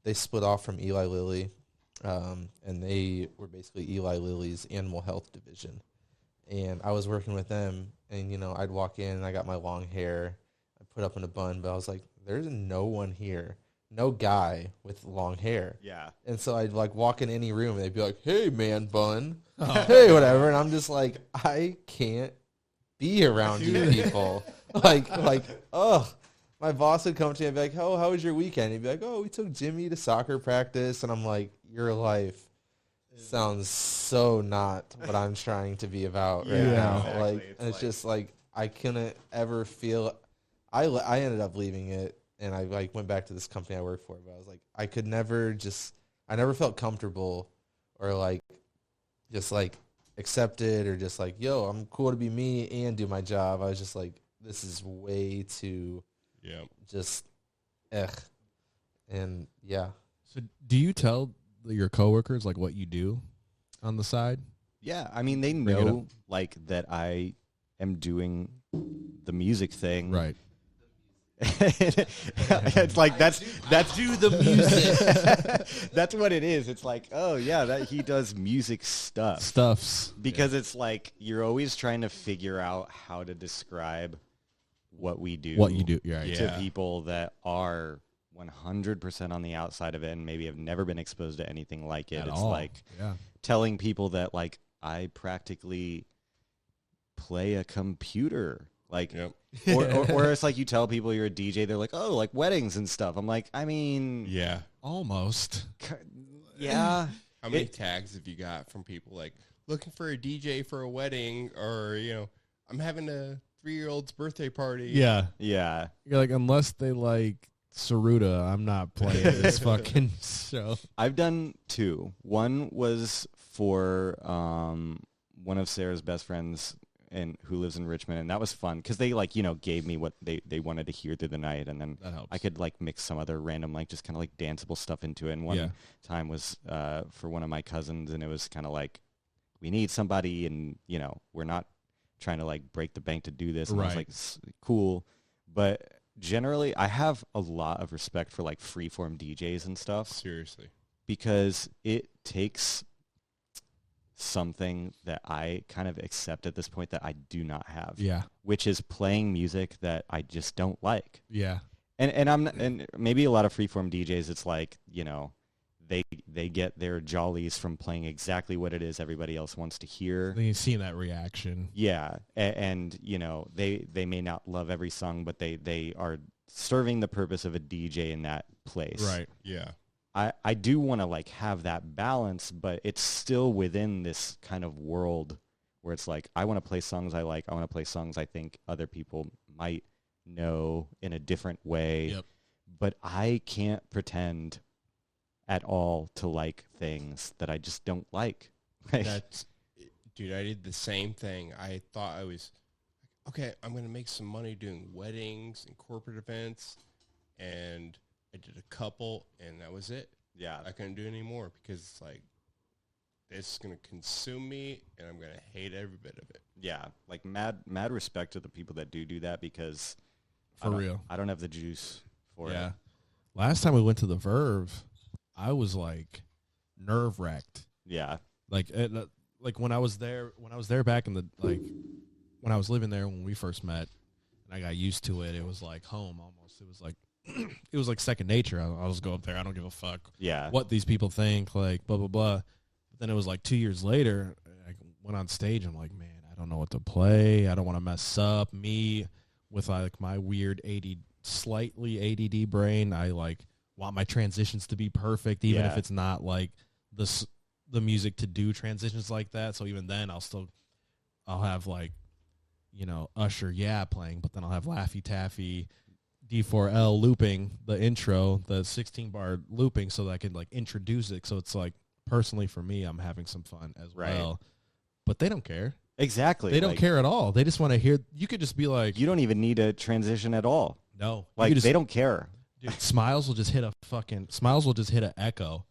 [SPEAKER 2] they split off from Eli Lilly, um, and they were basically Eli Lilly's animal health division. And I was working with them, and you know, I'd walk in and I got my long hair, I put up in a bun, but I was like, there's no one here, no guy with long hair.
[SPEAKER 4] Yeah.
[SPEAKER 2] And so I'd like walk in any room and they'd be like, "Hey, man, bun, hey, whatever," and I'm just like, I can't be around you people. like, like, ugh. My boss would come to me and be like, "Oh, how was your weekend?" He'd be like, "Oh, we took Jimmy to soccer practice," and I'm like, "Your life sounds so not what I'm trying to be about right
[SPEAKER 4] Yeah,
[SPEAKER 2] now."
[SPEAKER 4] exactly.
[SPEAKER 2] Like,
[SPEAKER 4] It's
[SPEAKER 2] and it's
[SPEAKER 4] like-
[SPEAKER 2] just like I couldn't ever feel I le- I ended up leaving it, and I like went back to this company I worked for. But I was like, I could never just, I never felt comfortable, or like, just like accepted, or just like, yo, I'm cool to be me and do my job. I was just like, this is way too
[SPEAKER 5] Yeah.
[SPEAKER 2] just, ugh, and yeah,
[SPEAKER 3] So do you tell your coworkers like what you do on the side?
[SPEAKER 4] Yeah, I mean they
[SPEAKER 3] it
[SPEAKER 4] know like that I am doing the music thing.
[SPEAKER 3] Right.
[SPEAKER 4] it's like that's that's do the music. that's what it is. It's like, oh yeah, that he does music stuff.
[SPEAKER 3] Stuffs.
[SPEAKER 4] Because it's like you're always trying to figure out how to describe what we do
[SPEAKER 3] What you do. You're right.
[SPEAKER 5] Yeah.
[SPEAKER 4] to people that are 100% on the outside of it and maybe have never been exposed to anything like it.
[SPEAKER 3] At
[SPEAKER 4] it's
[SPEAKER 3] all.
[SPEAKER 4] like
[SPEAKER 3] Yeah.
[SPEAKER 4] telling people that like I practically play a computer. Like
[SPEAKER 5] Yep.
[SPEAKER 4] or, or, or it's like you tell people you're a DJ, they're like, oh, like weddings and stuff. I'm like, I mean,
[SPEAKER 5] Yeah.
[SPEAKER 3] Almost.
[SPEAKER 4] ki- yeah.
[SPEAKER 5] How many
[SPEAKER 4] It-
[SPEAKER 5] tags have you got from people like looking for a DJ for a wedding or, you know, I'm having a three year old's birthday party?
[SPEAKER 3] Yeah.
[SPEAKER 4] Yeah.
[SPEAKER 3] You're like, unless they like Saruta, I'm not playing this fucking show.
[SPEAKER 4] I've done two. One was for um, one of Sarah's best friends and who lives in Richmond, and that was fun because they like you know gave me what they they wanted to hear through the night, and then
[SPEAKER 3] That helps.
[SPEAKER 4] I could like mix some other random like just kind of like danceable stuff into it. And one
[SPEAKER 3] Yeah.
[SPEAKER 4] time was uh, for one of my cousins, and it was kind of like we need somebody, and you know we're not trying to like break the bank to do this. And I was
[SPEAKER 3] Right.
[SPEAKER 4] like, "S- cool, but generally I have a lot of respect for like freeform DJs and stuff
[SPEAKER 5] Seriously.
[SPEAKER 4] because it takes something that I kind of accept at this point that I do not have,
[SPEAKER 3] Yeah.
[SPEAKER 4] which is playing music that I just don't like.
[SPEAKER 3] Yeah.
[SPEAKER 4] And and I'm and maybe a lot of freeform DJs, it's like you know, they they get their jollies from playing exactly what it is everybody else wants to hear.
[SPEAKER 3] Then you see that reaction.
[SPEAKER 4] Yeah, and, and you know they they may not love every song, but they they are serving the purpose of a DJ in that place.
[SPEAKER 3] Right.
[SPEAKER 5] Yeah.
[SPEAKER 4] I, I do want to like have that balance, but it's still within this kind of world where it's like I want to play songs I like. I want to play songs I think other people might know in a different way.
[SPEAKER 3] Yep.
[SPEAKER 4] But I can't pretend at all to like things that I just don't like. Like,
[SPEAKER 5] That's, dude, I did the same thing. I thought I was, okay, I'm going to make some money doing weddings and corporate events. And I did a couple, and that was it.
[SPEAKER 4] yeah.
[SPEAKER 5] I couldn't do any more because it's like, it's going to consume me, and I'm going to hate every bit of it.
[SPEAKER 4] Yeah. Like mad mad respect to the people that do do that because I
[SPEAKER 3] For
[SPEAKER 4] don't-
[SPEAKER 3] real.
[SPEAKER 4] I don't have the juice for
[SPEAKER 3] yeah.
[SPEAKER 4] it.
[SPEAKER 3] Last time we went to the Verve, I was like nerve wracked.
[SPEAKER 4] Yeah.
[SPEAKER 3] Like it, uh, like when I was there when I was there back in the like when I was living there when we first met and I got used to it, it was like home almost. It was like it was like second nature. I, I'll just go up there. I don't give a fuck
[SPEAKER 4] Yeah.
[SPEAKER 3] what these people think, like blah blah blah. But then it was like two years later, I went on stage. I'm like, man, I don't know what to play. I don't want to mess up me with like my weird AD, slightly ADD brain. I like want my transitions to be perfect, even
[SPEAKER 4] Yeah.
[SPEAKER 3] if it's not like the s- the music to do transitions like that. So even then, I'll still I'll have like you know Usher, yeah, playing, but then I'll have Laffy Taffy. D4L looping the intro, the 16 bar looping, so that I can like introduce it. So it's like personally for me, I'm having some fun as
[SPEAKER 4] Right.
[SPEAKER 3] well. But they don't care.
[SPEAKER 4] Exactly.
[SPEAKER 3] They don't
[SPEAKER 4] like,
[SPEAKER 3] care at all. They just want to hear. You could just be like,
[SPEAKER 4] You don't even need a transition at all.
[SPEAKER 3] no, You
[SPEAKER 4] Like
[SPEAKER 3] could just,
[SPEAKER 4] they don't care.
[SPEAKER 3] dude, smiles will just hit a fucking smiles will just hit a echo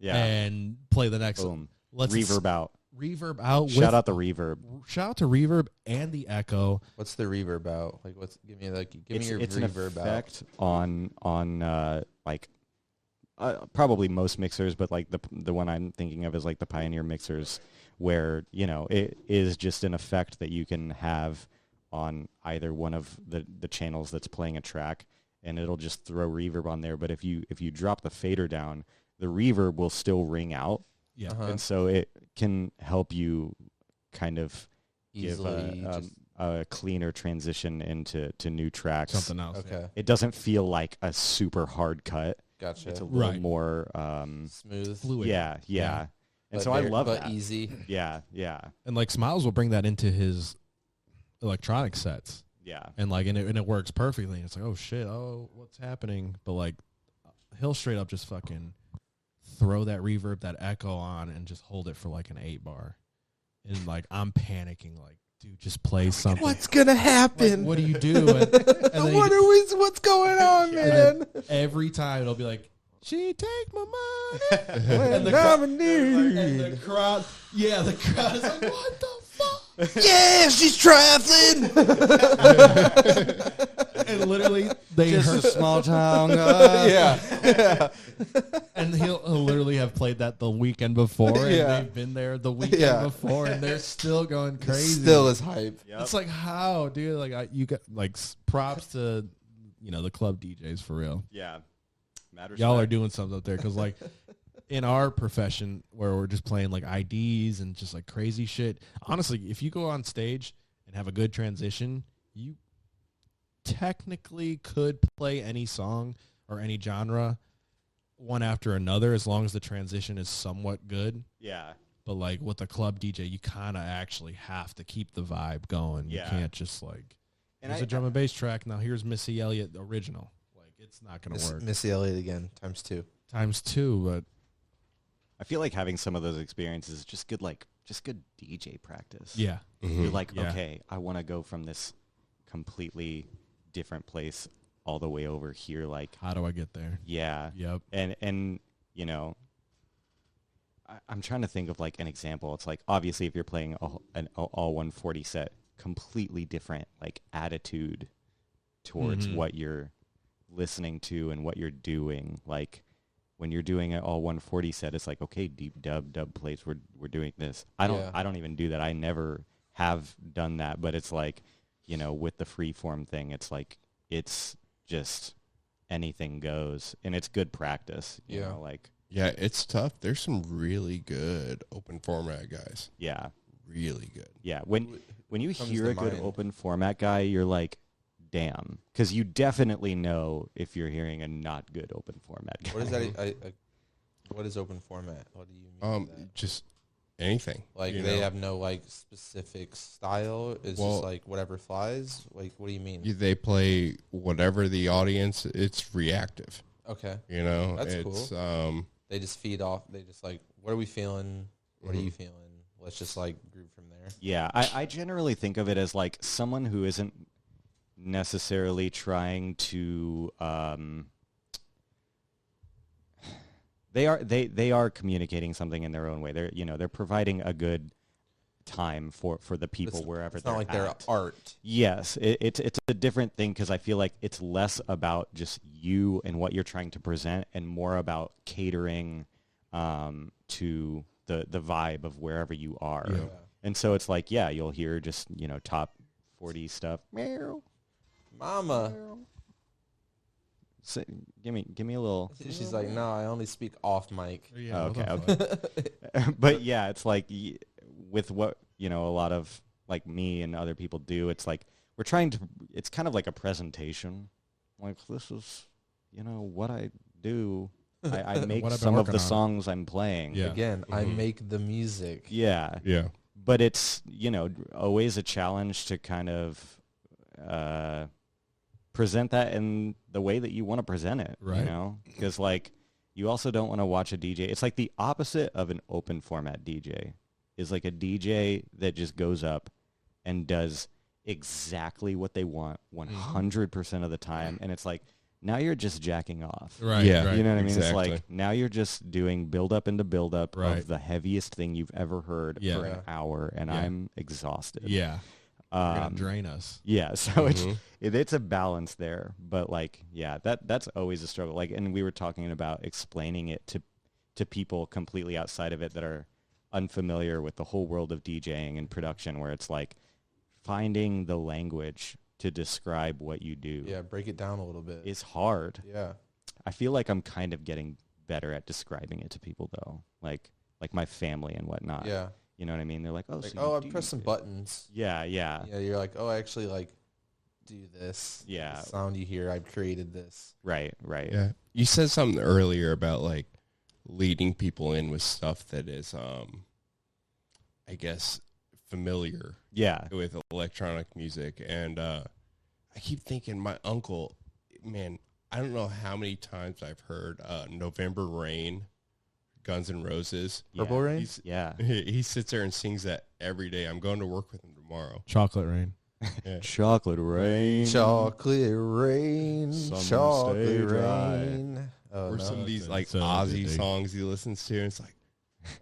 [SPEAKER 4] Yeah.
[SPEAKER 3] and play the next.
[SPEAKER 4] Boom.
[SPEAKER 3] Eh, Let's
[SPEAKER 4] reverb out.
[SPEAKER 3] reverb out. with,
[SPEAKER 4] Shout out the reverb.
[SPEAKER 3] Shout out to reverb and the echo.
[SPEAKER 2] What's the reverb out? Like, what's give me like give
[SPEAKER 4] It's,
[SPEAKER 2] me your
[SPEAKER 4] it's an
[SPEAKER 2] reverb out.
[SPEAKER 4] effect on on uh, like uh, probably most mixers, but like the the one I'm thinking of is like the Pioneer mixers, where you know it is just an effect that you can have on either one of the the channels that's playing a track, and it'll just throw reverb on there. But if you if you drop the fader down, the reverb will still ring out,
[SPEAKER 3] Yeah,
[SPEAKER 2] Uh-huh.
[SPEAKER 4] and so it can help you kind of
[SPEAKER 2] Easily,
[SPEAKER 4] give a,
[SPEAKER 2] just,
[SPEAKER 4] um, a cleaner transition into to new tracks.
[SPEAKER 3] something else.
[SPEAKER 2] okay,
[SPEAKER 4] It doesn't feel like a super hard cut.
[SPEAKER 2] gotcha.
[SPEAKER 4] It's a little
[SPEAKER 3] Right.
[SPEAKER 4] more, um,
[SPEAKER 2] Smooth,
[SPEAKER 3] Fluid.
[SPEAKER 4] yeah, yeah,
[SPEAKER 3] Yeah.
[SPEAKER 4] And
[SPEAKER 2] but
[SPEAKER 4] so I
[SPEAKER 2] very-
[SPEAKER 4] love
[SPEAKER 2] but e
[SPEAKER 4] that.
[SPEAKER 2] easy.
[SPEAKER 4] Yeah, yeah,
[SPEAKER 3] And like smiles will bring that into his electronic sets.
[SPEAKER 4] yeah,
[SPEAKER 3] and like and it, and it works perfectly and it's like oh shit oh what's happening but like he'll straight up just fucking throw that reverb that echo on and just hold it for like an eight bar and like i'm panicking like dude just play something
[SPEAKER 2] gonna
[SPEAKER 3] Like,
[SPEAKER 2] happen?
[SPEAKER 3] what do you do and, and then you-
[SPEAKER 2] are we? What's going on,
[SPEAKER 3] then- every time it'll be like she take my money and the, crowd- and the
[SPEAKER 2] Mm.
[SPEAKER 3] crowd yeah the crowd is like what the fuck
[SPEAKER 2] yeah, she's traveling.
[SPEAKER 3] and literally they heard-
[SPEAKER 4] small town.
[SPEAKER 2] yeah,
[SPEAKER 3] And he'll, he'll literally have played that the weekend before, and
[SPEAKER 2] Yeah.
[SPEAKER 3] they've been there the weekend
[SPEAKER 2] Yeah.
[SPEAKER 3] before, and they're still going crazy.
[SPEAKER 2] still is hype.
[SPEAKER 3] it's like how, dude? Like I, you got like s- props to you know the club DJs for real.
[SPEAKER 4] yeah. Matters.
[SPEAKER 3] Y'all are doing something up there because like in our profession where we're just playing like IDs and just like crazy shit. Honestly, if you go on stage and have a good transition, you technically could play any song or any genre one after another as long as the transition is somewhat good.
[SPEAKER 4] Yeah.
[SPEAKER 3] But like with a club DJ, you kind of actually have to keep the vibe going.
[SPEAKER 4] Yeah.
[SPEAKER 3] You can't just like
[SPEAKER 4] And
[SPEAKER 3] here's a
[SPEAKER 4] I-
[SPEAKER 3] drum and bass track. Now here's Missy Elliott the original. Like it's not gonna
[SPEAKER 2] Miss,
[SPEAKER 3] work.
[SPEAKER 2] Missy Elliott again, times two.
[SPEAKER 3] Times two, but
[SPEAKER 4] I feel like having some of those experiences is just good like just good DJ practice.
[SPEAKER 3] yeah,
[SPEAKER 4] You're like,
[SPEAKER 3] Yeah.
[SPEAKER 4] okay, I want to go from this completely different place all the way over here like
[SPEAKER 3] how do I get there?
[SPEAKER 4] yeah.
[SPEAKER 3] Yep.
[SPEAKER 4] And and you know I, I'm trying to think of like an example. It's like obviously if you're playing a, wh- an a- all 140 set, completely different like attitude towards
[SPEAKER 3] Mhm.
[SPEAKER 4] what you're listening to and what you're doing. Like when you're doing an all 140 set, it's like okay, deep dub, dub plates. We're we're doing this. I don't
[SPEAKER 2] Yeah.
[SPEAKER 4] I don't even do that. I never have done that. But it's like you know with the free form thing, it's like it's just anything goes, and it's good practice. You
[SPEAKER 2] Yeah.
[SPEAKER 4] know, like
[SPEAKER 5] Yeah, it's tough. There's some really good open format guys.
[SPEAKER 4] yeah,
[SPEAKER 5] Really good.
[SPEAKER 4] yeah. When when you
[SPEAKER 2] comes
[SPEAKER 4] hear
[SPEAKER 2] to
[SPEAKER 4] a good
[SPEAKER 2] mind.
[SPEAKER 4] open format guy, you're like. Damn, because you definitely know if you're hearing a not good open format. Guy.
[SPEAKER 2] What is that? e, I, I, what is open format? What do you mean? by
[SPEAKER 5] Um,
[SPEAKER 2] that?
[SPEAKER 5] just anything.
[SPEAKER 2] Like
[SPEAKER 5] you
[SPEAKER 2] they
[SPEAKER 5] know?
[SPEAKER 2] have no like specific style. It's
[SPEAKER 5] Well-
[SPEAKER 2] just like whatever flies. Like what do you mean?
[SPEAKER 5] You- they play whatever the audience. It's reactive.
[SPEAKER 2] okay,
[SPEAKER 5] You know,
[SPEAKER 2] That's
[SPEAKER 5] it's um,
[SPEAKER 2] they just feed off. They just like what are we feeling? What are
[SPEAKER 5] Mhm.
[SPEAKER 2] you feeling? Let's just like group from there.
[SPEAKER 4] Yeah, I, I generally think of it as like someone who isn't necessarily trying to. Um, they are they they are communicating something in their own way. They're you know they're providing a good time for for the people
[SPEAKER 2] It's-
[SPEAKER 4] wherever
[SPEAKER 2] It's
[SPEAKER 4] they're
[SPEAKER 2] not like
[SPEAKER 4] at.
[SPEAKER 2] their art.
[SPEAKER 4] Yes, it, it's it's a different thing because I feel like it's less about just you and what you're trying to present, and more about catering um, to the the vibe of wherever you are.
[SPEAKER 5] Yeah.
[SPEAKER 4] And so it's like, yeah, you'll hear just you know top forty stuff. Meow,
[SPEAKER 3] Uh.
[SPEAKER 2] Mama,
[SPEAKER 4] meow. Say- give me give me a little. oh,
[SPEAKER 2] she's like, no, I only speak off mic.
[SPEAKER 3] Yeah,
[SPEAKER 4] Okay,
[SPEAKER 3] what the
[SPEAKER 4] okay.
[SPEAKER 3] fuck?
[SPEAKER 4] but yeah, it's like y- with what you know, a lot of like me and other people do. It's like we're trying to. It's kind of like a presentation. Like this is, you know, what I do. I, I make
[SPEAKER 3] What I've been
[SPEAKER 4] some of
[SPEAKER 3] working
[SPEAKER 4] the
[SPEAKER 3] on.
[SPEAKER 4] songs I'm playing.
[SPEAKER 3] Yeah.
[SPEAKER 2] Again, I
[SPEAKER 5] Mhm.
[SPEAKER 2] make the music.
[SPEAKER 4] yeah.
[SPEAKER 5] yeah,
[SPEAKER 4] But it's you know always a challenge to kind of uh, present that in the way that you want to present it. You
[SPEAKER 3] Right.
[SPEAKER 4] know, because like you also don't want to watch a DJ. It's like the opposite of an open format DJ is like a DJ that just goes up and does exactly what they want
[SPEAKER 3] Mm-hmm.
[SPEAKER 4] 100% of the time. And it's like, now you're just jacking off.
[SPEAKER 3] Right.
[SPEAKER 5] Yeah.
[SPEAKER 3] Right.
[SPEAKER 4] You know what I mean?
[SPEAKER 5] exactly.
[SPEAKER 4] It's like now you're just doing build up into build up
[SPEAKER 3] Right.
[SPEAKER 4] of the heaviest thing you've ever heard
[SPEAKER 3] Yeah.
[SPEAKER 4] for an hour, and
[SPEAKER 3] Yeah.
[SPEAKER 4] I'm exhausted.
[SPEAKER 3] Yeah. You're gonna
[SPEAKER 4] um,
[SPEAKER 3] drain us.
[SPEAKER 4] yeah. So it's
[SPEAKER 2] Mm-hmm.
[SPEAKER 4] it, it's a balance there, but like yeah, that that's always a struggle. Like, and we were talking about explaining it to to people completely outside of it that are unfamiliar with the whole world of DJing and production, where it's like finding the language to describe what you do
[SPEAKER 2] Yeah, break it down a little bit.
[SPEAKER 4] is hard.
[SPEAKER 2] yeah.
[SPEAKER 4] I feel like I'm kind of getting better at describing it to people though. Like like my family and whatnot.
[SPEAKER 2] Yeah.
[SPEAKER 4] You know what I mean? They're like, oh,
[SPEAKER 2] Like,
[SPEAKER 4] so
[SPEAKER 2] oh,
[SPEAKER 4] you
[SPEAKER 2] I
[SPEAKER 4] do
[SPEAKER 2] pressed some
[SPEAKER 4] this."
[SPEAKER 2] buttons.
[SPEAKER 4] Yeah, yeah,
[SPEAKER 2] Yeah, you're like, oh, I actually like do this.
[SPEAKER 4] Yeah.
[SPEAKER 2] The sound you hear, I've created this.
[SPEAKER 4] Right, right.
[SPEAKER 5] yeah. You said something earlier about like leading people in with stuff that is, um, I guess, familiar
[SPEAKER 4] Yeah.
[SPEAKER 5] with electronic music, and uh, I keep thinking my uncle, man, I don't know how many times I've heard uh, "November Rain," Guns N' Roses.
[SPEAKER 4] Yeah.
[SPEAKER 2] Purple Rain?
[SPEAKER 5] He's-
[SPEAKER 4] Yeah.
[SPEAKER 5] He sits there and sings that every day. I'm going to work with him tomorrow.
[SPEAKER 3] Chocolate rain.
[SPEAKER 5] Yeah.
[SPEAKER 4] Chocolate rain.
[SPEAKER 2] Chocolate rain.
[SPEAKER 4] Mm-hmm. Some stay
[SPEAKER 2] chocolate
[SPEAKER 4] dry.
[SPEAKER 2] rain. Oh,
[SPEAKER 5] or
[SPEAKER 2] no.
[SPEAKER 5] some of these
[SPEAKER 3] it's-
[SPEAKER 5] like
[SPEAKER 3] it's, uh,
[SPEAKER 5] Ozzy
[SPEAKER 3] addicting.
[SPEAKER 5] songs he listens to. And it's like,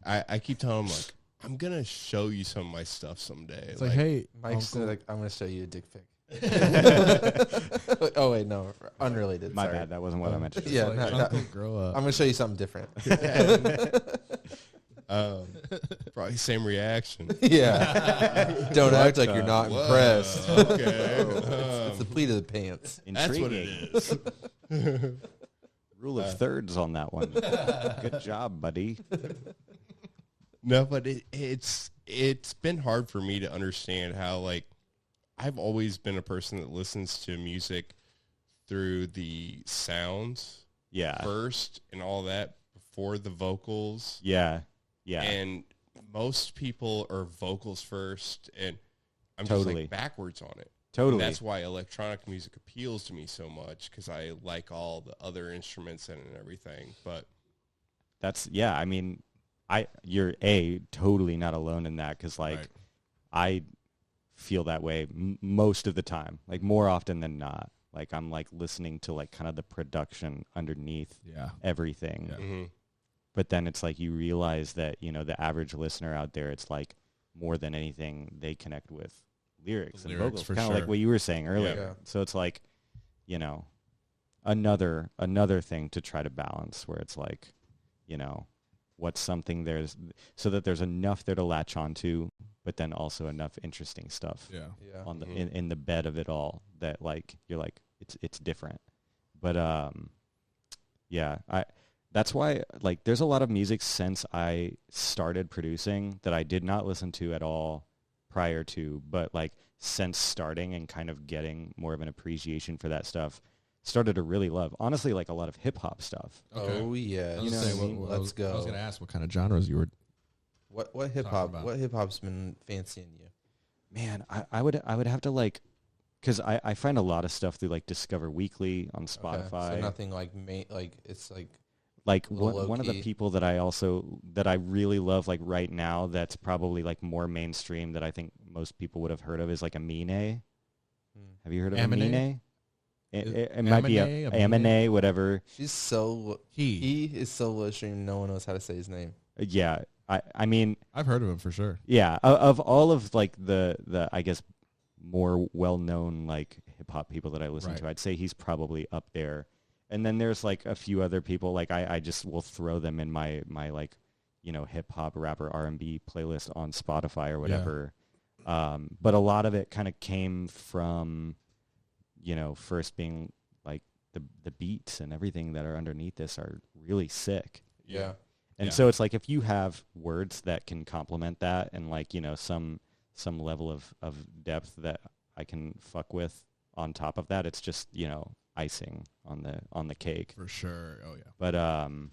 [SPEAKER 5] I, I keep telling him like, I'm gonna show you some of my stuff someday.
[SPEAKER 3] It's like, hey,
[SPEAKER 2] Mike's
[SPEAKER 3] Uncle-
[SPEAKER 2] like, I'm going to show you a dick pic. oh, wait, no. Unrelated.
[SPEAKER 4] My
[SPEAKER 2] sorry.
[SPEAKER 4] bad. That wasn't what I
[SPEAKER 3] Um,
[SPEAKER 4] meant to
[SPEAKER 3] it's
[SPEAKER 4] do.
[SPEAKER 2] Yeah,
[SPEAKER 3] like,
[SPEAKER 2] no, no.
[SPEAKER 3] Uncle, grow up.
[SPEAKER 2] I'm going to show you something different.
[SPEAKER 5] um, probably same reaction.
[SPEAKER 2] yeah. Don't act like you're not
[SPEAKER 5] Whoa,
[SPEAKER 2] impressed.
[SPEAKER 5] okay,
[SPEAKER 2] It's the pleat of the pants.
[SPEAKER 5] that's what it
[SPEAKER 4] Intriguing.
[SPEAKER 5] is.
[SPEAKER 4] Rule of thirds on that one. Good job, buddy.
[SPEAKER 5] No, but it, it's it's been hard for me to understand how like I've always been a person that listens to music through the sounds
[SPEAKER 4] Yeah.
[SPEAKER 5] first and all that before the vocals.
[SPEAKER 4] Yeah. Yeah.
[SPEAKER 5] And most people are vocals first, and I'm just
[SPEAKER 4] Totally.
[SPEAKER 5] like backwards on it. And
[SPEAKER 4] totally.
[SPEAKER 5] That's why electronic music appeals to me so much because I like all the other instruments in it and everything. But
[SPEAKER 4] that's yeah i mean i you're a totally not alone in that because like
[SPEAKER 5] Right.
[SPEAKER 4] i feel that way m- most of the time like more often than not like i'm like listening to like kind of the production underneath
[SPEAKER 3] Yeah.
[SPEAKER 4] everything
[SPEAKER 3] Yeah.
[SPEAKER 5] Mhm.
[SPEAKER 4] but then it's like you realize that you know the average listener out there it's like more than anything they connect with lyrics, and
[SPEAKER 3] lyrics,
[SPEAKER 4] vocals
[SPEAKER 3] for
[SPEAKER 4] kind of
[SPEAKER 3] sure.
[SPEAKER 4] like what you were saying earlier
[SPEAKER 2] Yeah.
[SPEAKER 4] so it's like you know another another thing to try to balance where it's like you know what's something there's so that there's enough there to latch onto but then also enough interesting stuff
[SPEAKER 3] Yeah.
[SPEAKER 2] Yeah.
[SPEAKER 4] on the
[SPEAKER 5] Mhm.
[SPEAKER 4] in, in the bed of it all that like you're like it's it's different but um yeah i that's why like there's a lot of music since i started producing that i did not listen to at all prior to but like since starting and kind of getting more of an appreciation for that stuff started to really love honestly like a lot of hip hop stuff
[SPEAKER 2] Oh yeah.
[SPEAKER 3] I was gonna
[SPEAKER 4] You know
[SPEAKER 3] say,
[SPEAKER 4] what I mean?
[SPEAKER 3] what- what I
[SPEAKER 2] Let's
[SPEAKER 3] was-
[SPEAKER 2] go.
[SPEAKER 3] I was gonna ask what kind of genres you were.
[SPEAKER 2] What what hip
[SPEAKER 3] Talking
[SPEAKER 2] hop?
[SPEAKER 3] about.
[SPEAKER 2] What hip hop's been fancying you?
[SPEAKER 4] man I, I would i would have to like because I, I find a lot of stuff through like discover weekly on
[SPEAKER 2] Okay,
[SPEAKER 4] spotify
[SPEAKER 2] So nothing like ma- like it's like
[SPEAKER 4] like
[SPEAKER 2] little
[SPEAKER 4] one, one of the
[SPEAKER 2] low-key.
[SPEAKER 4] people that I also that I really love like right now that's probably like more mainstream that I think most people would have heard of is like Amine.
[SPEAKER 2] Hmm.
[SPEAKER 4] Have you heard of
[SPEAKER 3] Aminé?
[SPEAKER 4] Aminé? It,
[SPEAKER 3] Is-
[SPEAKER 4] it, it might be a
[SPEAKER 3] Aminé, Aminé?
[SPEAKER 4] Aminé, whatever.
[SPEAKER 2] she's so lo-
[SPEAKER 3] He.
[SPEAKER 4] E.
[SPEAKER 2] he is so low stream. No one knows how to say his name.
[SPEAKER 4] Uh, Yeah, I I mean
[SPEAKER 3] I've heard of him for sure.
[SPEAKER 4] yeah of, of all of like the the I guess more well known like hip hop people that I listen
[SPEAKER 3] Right.
[SPEAKER 4] to, I'd say he's probably up there. And then there's like a few other people like I, I just will throw them in my my like you know hip hop rapper R and B playlist on Spotify or whatever. Um, but a lot of it kind of came from you know first being like the the beats and everything that are underneath this are really sick.
[SPEAKER 2] Yeah.
[SPEAKER 4] And
[SPEAKER 3] Yeah.
[SPEAKER 4] so it's like if you have words that can complement that and like, you know, some some level of, of depth that I can fuck with on top of that, it's just, you know, icing on the on the cake.
[SPEAKER 3] For sure. Oh yeah.
[SPEAKER 4] But um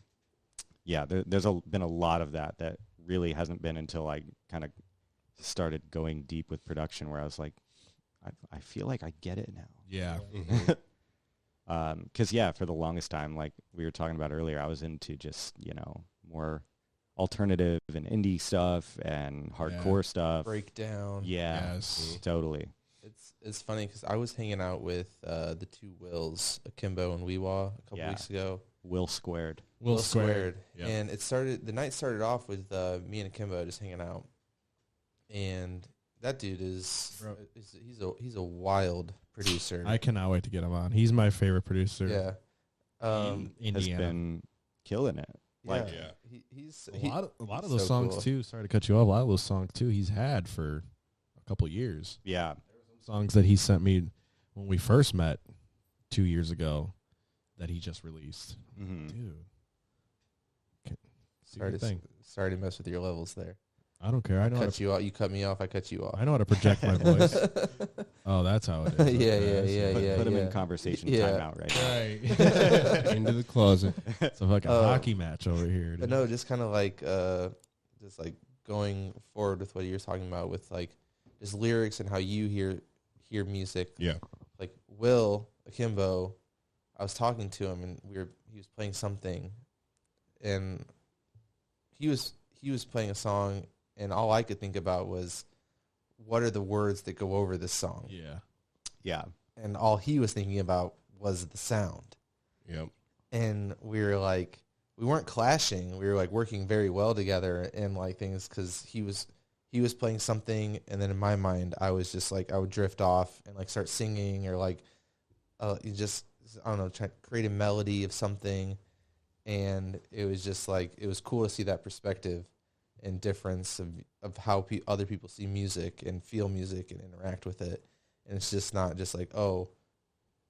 [SPEAKER 4] yeah, there, there's a, been a lot of that that really hasn't been until I kind of started going deep with production where I was like, I, I feel like I get it now
[SPEAKER 3] Yeah.
[SPEAKER 4] Mm-hmm.
[SPEAKER 5] Mhm.
[SPEAKER 4] because Um, yeah, for the longest time, like we were talking about earlier, I was into just you know more alternative and indie stuff and hardcore stuff.
[SPEAKER 2] Breakdown.
[SPEAKER 4] Yeah,
[SPEAKER 2] Mm-hmm.
[SPEAKER 3] Yes.
[SPEAKER 4] totally.
[SPEAKER 2] It's it's funny because I was hanging out with uh, the two Wills, Akimbo and Weewa, a couple
[SPEAKER 4] Yeah.
[SPEAKER 2] weeks ago.
[SPEAKER 4] Will squared.
[SPEAKER 3] Will Squared. Yeah.
[SPEAKER 2] And it started. The night started off with uh, me and Akimbo just hanging out, and that dude is,
[SPEAKER 3] Bro.
[SPEAKER 2] is he's a he's a wild producer.
[SPEAKER 3] I cannot wait to get him on. He's my favorite producer.
[SPEAKER 2] yeah. Um,
[SPEAKER 3] in
[SPEAKER 4] Has
[SPEAKER 3] Indiana.
[SPEAKER 4] been killing it.
[SPEAKER 2] yeah.
[SPEAKER 4] like-
[SPEAKER 5] Yeah.
[SPEAKER 2] He, he's
[SPEAKER 3] a
[SPEAKER 2] he,
[SPEAKER 3] lot of, a lot of
[SPEAKER 2] he's
[SPEAKER 3] those
[SPEAKER 2] so
[SPEAKER 3] songs
[SPEAKER 2] cool.
[SPEAKER 3] too. Sorry to cut you off. A lot of those songs too. He's had for a couple years.
[SPEAKER 4] Yeah,
[SPEAKER 3] Songs that he sent me when we first met two years ago that he just released.
[SPEAKER 4] hmm
[SPEAKER 2] Mm-hmm.
[SPEAKER 3] Dude, do
[SPEAKER 2] sorry
[SPEAKER 3] your
[SPEAKER 2] to,
[SPEAKER 3] thing.
[SPEAKER 2] sorry to mess with your levels there.
[SPEAKER 3] I don't care. I know. How
[SPEAKER 2] Cut
[SPEAKER 3] to,
[SPEAKER 2] you off. You cut me off. I cut you off.
[SPEAKER 3] I know how to project my voice. Oh, that's how it is.
[SPEAKER 2] Yeah,
[SPEAKER 3] Okay,
[SPEAKER 2] yeah,
[SPEAKER 3] I
[SPEAKER 4] put,
[SPEAKER 3] see.
[SPEAKER 2] yeah,
[SPEAKER 4] put him in
[SPEAKER 2] yeah.
[SPEAKER 4] conversation
[SPEAKER 2] Yeah.
[SPEAKER 4] timeout right now.
[SPEAKER 3] Right.
[SPEAKER 5] Into the closet.
[SPEAKER 3] It's a fucking
[SPEAKER 2] Uh,
[SPEAKER 3] hockey match over here. Dude.
[SPEAKER 2] But no, just kind of like, uh, just like going forward with what you're talking about with like just lyrics and how you hear hear music.
[SPEAKER 5] Yeah.
[SPEAKER 2] Like Will Akimbo, I was talking to him and we were he was playing something, and he was he was playing a song and all I could think about was what are the words that go over this song,
[SPEAKER 3] Yeah.
[SPEAKER 4] Yeah,
[SPEAKER 2] and all he was thinking about was the sound
[SPEAKER 5] Yep.
[SPEAKER 2] and we were like we weren't clashing we were like working very well together and like things because he was he was playing something and then in my mind i was just like i would drift off and like start singing or like uh you just i don't know try, create a melody of something and it was just like it was cool to see that perspective and difference of of how pe- other people see music and feel music and interact with it and it's just not just like oh